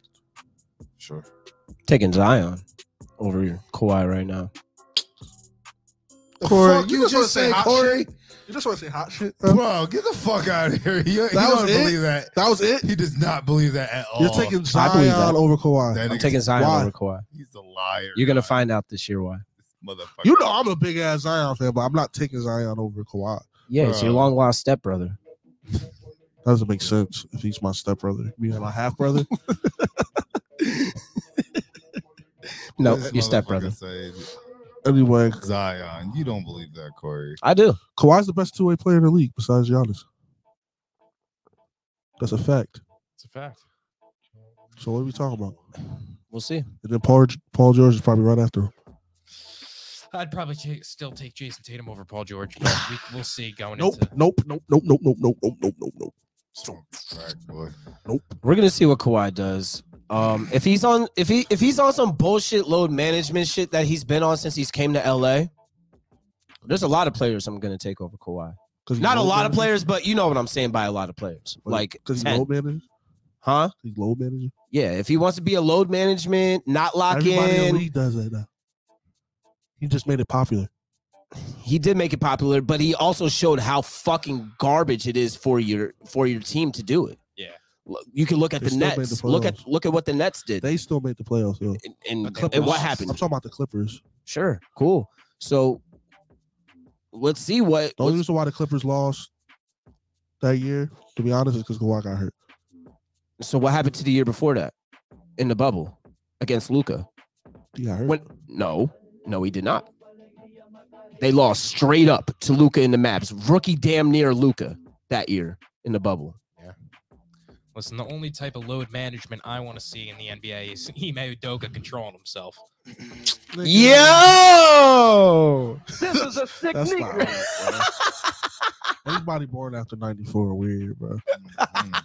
S4: sure.
S3: Taking Zion over Kawhi right now.
S1: Corey,
S4: Fuck,
S1: you just wanna say
S4: said
S1: hot
S4: Corey?
S1: You just want to say hot shit.
S4: Bro, get the fuck out of here. You, you
S1: That was
S4: don't
S1: it?
S4: believe that.
S1: that was it.
S4: He does not believe that at all.
S1: You're taking
S3: I believe that.
S1: Zion over Kawhi.
S4: That
S3: I'm
S4: nigga's-
S3: taking Zion
S1: Why?
S3: over Kawhi.
S4: He's a liar.
S3: You're gonna
S4: dog.
S3: find out this year why.
S4: This motherfucker.
S1: You know I'm a big ass Zion fan, but I'm not taking Zion over Kawhi.
S3: Yeah, it's your
S4: Bro.
S3: long lost stepbrother.
S1: That doesn't make sense if he's my stepbrother. You know, my half brother.
S3: No,
S4: This
S3: your
S4: motherfucker
S3: stepbrother.
S4: said,
S1: Anyway,
S4: Zion, you don't believe that, Corey.
S3: I do.
S1: Kawhi's the best two way player in the league besides Giannis. That's a fact.
S2: It's a fact.
S1: So what are we talking about?
S3: We'll see.
S1: And then Paul Paul George is probably right after him.
S2: I'd probably ta- still take Jason Tatum over Paul George, but we, we'll see going
S1: Nope,
S2: into.
S1: nope, nope, nope, nope, nope, nope, nope, nope, nope, nope.
S4: Strong track, boy.
S3: We're gonna see what Kawhi does. Um, if he's on, if he if he's on some bullshit load management shit that he's been on since he's came to LA, there's a lot of players I'm gonna take over Kawhi.
S1: 'Cause he's
S3: Not a
S1: load
S3: lot of
S1: managing?
S3: players, but you know what I'm saying by a lot of players. Like,
S1: because he's
S3: 10.
S1: load manager.
S3: huh?
S1: He's load manager.
S3: Yeah, if he wants to be a load management, not lock
S1: Everybody in the
S3: in,
S1: league does that now. He just made it popular.
S3: he did make it popular, but he also showed how fucking garbage it is for your for your team to do it.
S2: Yeah.
S3: Look, you can look at
S1: They
S3: the
S1: still made
S3: Nets.
S1: the
S3: look at
S1: playoffs.
S3: look at what the Nets did,
S1: They still made the playoffs. Though.
S3: and, and,
S2: The
S3: and
S2: Clippers.
S3: what
S1: I'm
S3: happened.
S1: talking about the Clippers.
S3: Sure, cool. So let's see what.
S1: The only
S3: what's-
S1: reason why the Clippers lost that year, to be honest, is because Kawhi got hurt.
S3: so what happened to the year before that in the bubble against Luca?
S1: He got hurt.
S3: When no, no, he did not. They lost straight up to Luca in the maps. Rookie damn near Luca that year in the bubble.
S2: Listen, the only type of load management I want to see in the NBA is Ime Udoka controlling himself.
S3: Yo,
S5: This is a sick
S1: That's not
S5: Negro.
S1: right, bro. Anybody born after '94 weird, bro.
S4: Mm,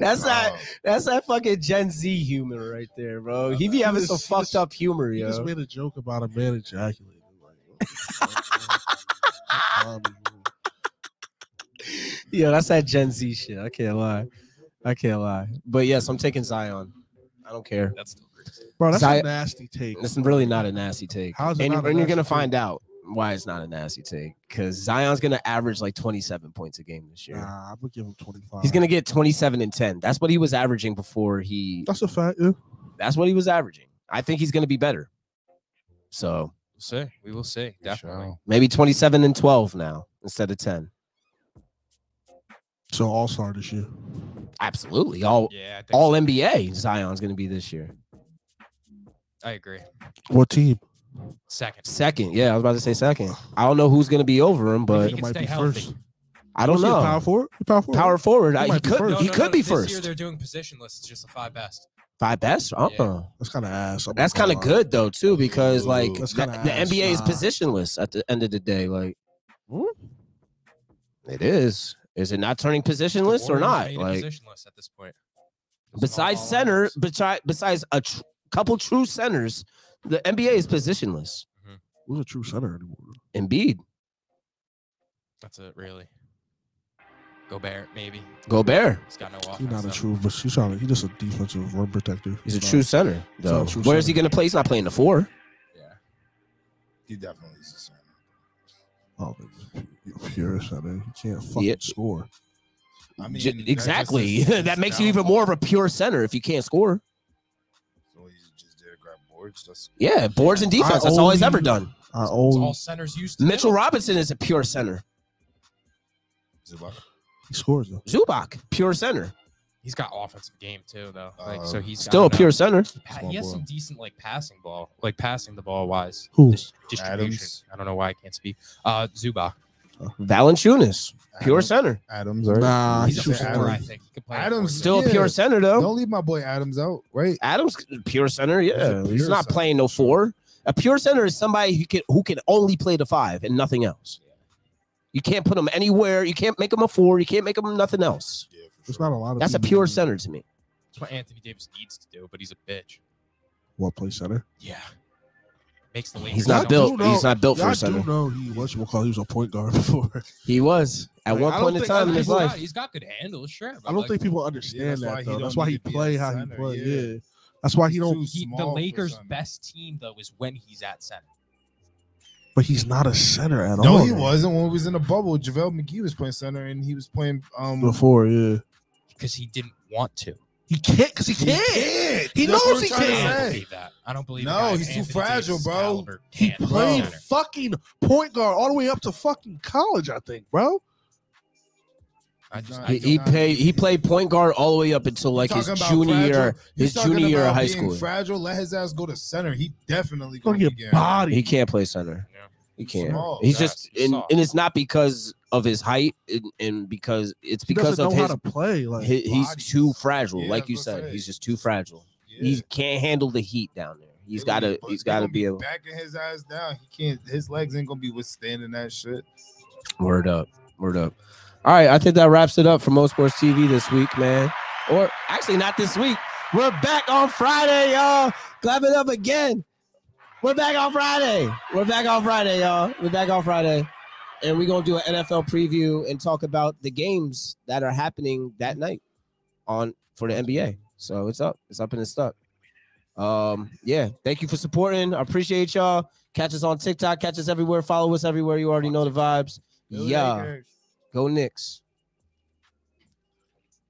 S3: that's that.
S4: wow.
S3: That's that fucking Gen Z humor right there, bro. He be having some
S1: He just-
S3: fucked up humor,
S1: He just
S3: yo.
S1: made a joke about a man ejaculating. Like, what the fuck, man?
S3: Yeah, that's that Gen Z shit. I can't lie. I can't lie. But yes, I'm taking Zion. I don't care.
S2: That's still crazy.
S1: bro, that's
S3: Zion-
S1: a nasty take.
S3: It's really not a nasty take.
S1: How is it
S3: and
S1: not a
S3: and you're
S1: nasty
S3: going to
S1: take?
S3: find out why it's not a nasty take because Zion's going to average like 27 points a game this year.
S1: Nah, I'm gonna give him 25.
S3: He's going to get 27 and 10. That's what he was averaging before he.
S1: That's a fact. Yeah.
S3: That's what he was averaging. I think he's going to be better. So
S2: We'll see. We will see. Definitely.
S4: Shout.
S3: maybe 27 and 12 now instead of 10.
S1: So all star this year.
S3: Absolutely. All.
S2: Yeah, I think
S3: All
S2: so.
S3: NBA Zion's going to be this year.
S2: I agree.
S1: What team?
S2: Second.
S3: Second, yeah, I was about to say second. I don't know who's going to be over him,
S2: If
S3: but
S2: he
S1: It
S2: can
S1: might
S2: stay
S1: be
S2: healthy.
S1: first.
S3: I don't
S1: Is he a Power
S3: know.
S1: forward. He Power forward.
S3: Power forward, I,
S1: He
S3: he
S1: might be
S3: could
S1: first.
S3: he
S1: No,
S3: could be
S2: this
S3: first.
S2: year they're doing position lists, just the five best.
S3: Five best? Uh uh
S2: Yeah.
S1: That's kind of ass. I'm
S3: That's
S1: not
S3: kind
S1: gonna
S3: of
S1: lie.
S3: good though too, because like
S1: That's
S3: the,
S1: kinda
S3: the
S1: ass,
S3: NBA is
S1: nah.
S3: positionless at the end of the day. Like, it is. Is it not turning
S2: The
S3: positionless or
S2: Warriors
S3: not?
S2: made a
S3: Like,
S2: position list at this point. It's
S3: besides
S2: all- all
S3: center,
S2: outs.
S3: besides besides a tr- couple true centers, the NBA is positionless.
S1: Who's a true center anymore?
S3: Embiid,
S2: that's it, really. Gobert, maybe.
S3: Gobert,
S2: He's got no
S1: He's
S2: offense.
S1: not a
S2: though.
S1: true, but he's trying. He's just a defensive rim protector.
S3: he's a true center
S1: not a
S3: though.
S1: true
S3: Where is he
S1: center.
S3: going to play? He's not playing the four.
S4: Yeah. He definitely is a center.
S1: Oh, pure center. He can't fucking
S3: Yeah.
S1: score.
S4: I
S3: J-
S4: mean, that
S3: exactly.
S4: just is-
S3: that makes you
S4: down.
S3: even more of a pure center if you can't score.
S4: So he's just there to grab boards. That's
S3: Yeah, boards and
S1: I
S3: defense. That's all he's
S1: only-
S3: ever done.
S1: I
S2: It's
S1: own.
S2: all centers used to
S3: Mitchell
S2: do.
S3: Robinson is a pure center.
S4: Zubac.
S1: He scores though.
S3: Zubac, pure center.
S2: He's got offensive game too, though. Like so,
S4: Um,
S2: he's got
S3: Still a
S2: enough-
S3: pure center.
S2: pa-
S4: Small
S2: He has
S4: ball.
S2: some decent like passing ball, like passing the ball wise.
S1: Who?
S2: Dis- distribution.
S4: Adams.
S2: I don't know why I can't speak. Uh, Zubac.
S3: Valanciunas, pure
S4: Adams-
S3: center.
S4: Adams, right?
S1: Nah,
S2: He's
S1: he
S2: a
S1: shoots
S2: four, I
S1: threes.
S2: think. He could play a
S4: Uh,
S2: four,
S4: Adams
S2: too.
S3: Still a
S4: Yeah.
S3: pure center though.
S4: Don't leave my boy Adams out, right?
S3: Adams pure center, yeah.
S4: He's a
S3: He's
S4: pure
S3: not
S4: center.
S3: playing no four. A pure center is somebody who can who can only play the five and nothing else. You can't put him anywhere. You can't make him a four. You can't make him nothing else.
S4: Yeah, for
S1: There's
S4: sure.
S1: not a lot of.
S3: That's a
S1: teams
S3: pure
S1: in
S3: center to me.
S2: That's what Anthony Davis needs to do, but he's a bitch.
S1: What play center?
S2: Yeah. Makes the Lakers.
S3: He's
S1: Y'all
S3: not
S1: do
S3: built.
S1: know-
S3: He's not built
S1: Y'all
S3: for a
S1: do
S3: center.
S1: know he was call. He was a point guard before.
S3: He was at
S1: Like,
S3: one
S1: I don't
S3: point in
S1: think
S3: time in
S1: other
S3: his
S1: people-
S2: got-
S3: life.
S2: He's got good handle, sure. But
S1: I don't
S2: like,
S1: think people understand
S4: that's why
S1: that
S4: he
S1: though. That's
S4: don't
S1: why
S4: need
S1: he
S4: to be a
S1: play how he
S4: center,
S1: play.
S4: yeah.
S1: Yeah. That's why he
S4: He's
S1: don't.
S4: too
S2: he, the
S4: small for
S2: Lakers'
S4: center.
S2: best team though is when he's at center.
S1: But he's not a center at all.
S4: No, he wasn't. When we was in the bubble, JaVale McGee was playing center, and he was playing. um
S1: before. Yeah.
S2: because he didn't want to.
S1: He can't because he can't.
S4: can't.
S1: He
S4: That's
S1: knows
S4: what I'm
S1: he
S2: I
S4: trying to
S1: can't.
S2: don't
S4: say.
S2: believe that. I don't believe. a
S4: No,
S2: guy of
S4: he's too
S2: Anthony
S4: fragile,
S2: Davis'
S4: bro.
S2: caliber
S1: He
S2: can't play
S1: played
S2: center.
S1: fucking point guard all the way up to fucking college, I think, bro.
S2: I just, I
S3: He,
S4: He's
S2: don't-
S3: he played. He played point guard all the way up until like his
S4: Talking about
S3: junior
S4: fragile.
S3: year.
S4: You
S3: His
S4: talking
S3: junior year of
S4: about
S3: high
S4: being
S3: school.
S4: Fragile. Let his ass go to center. He definitely
S1: Gonna
S4: going to
S1: get bodied.
S3: He can't play center.
S2: Yeah.
S3: He can't.
S4: Small,
S3: He's
S2: guys.
S3: just
S2: He's
S3: and,
S2: soft.
S3: and it's not because of his height and, and because it's
S1: He
S3: because
S1: doesn't
S3: of
S1: know
S3: his,
S1: how to play. Like
S3: he- he's
S4: body.
S3: too fragile.
S4: Yeah,
S3: like you
S4: that's what I'm
S3: said,
S4: saying.
S3: he's just too fragile. He can't handle the heat down there. He's got to he's got to be able
S4: backing his eyes down. He can't. His legs ain't gonna be withstanding that shit.
S3: word up. Word up. All right, I think that wraps it up for Mo Sports TV this week, man. Or actually not this week. We're back on Friday, y'all. Clap it up again. We're back on Friday. We're back on Friday, y'all. We're back on Friday. and we're gonna do an NFL preview and talk about the games that are happening that night on for the NBA. So it's up, it's up and it's stuck. Um, yeah, thank you for supporting. I appreciate y'all. Catch us on TikTok, catch us everywhere, follow us everywhere. You already know the vibes. Yeah, go Knicks.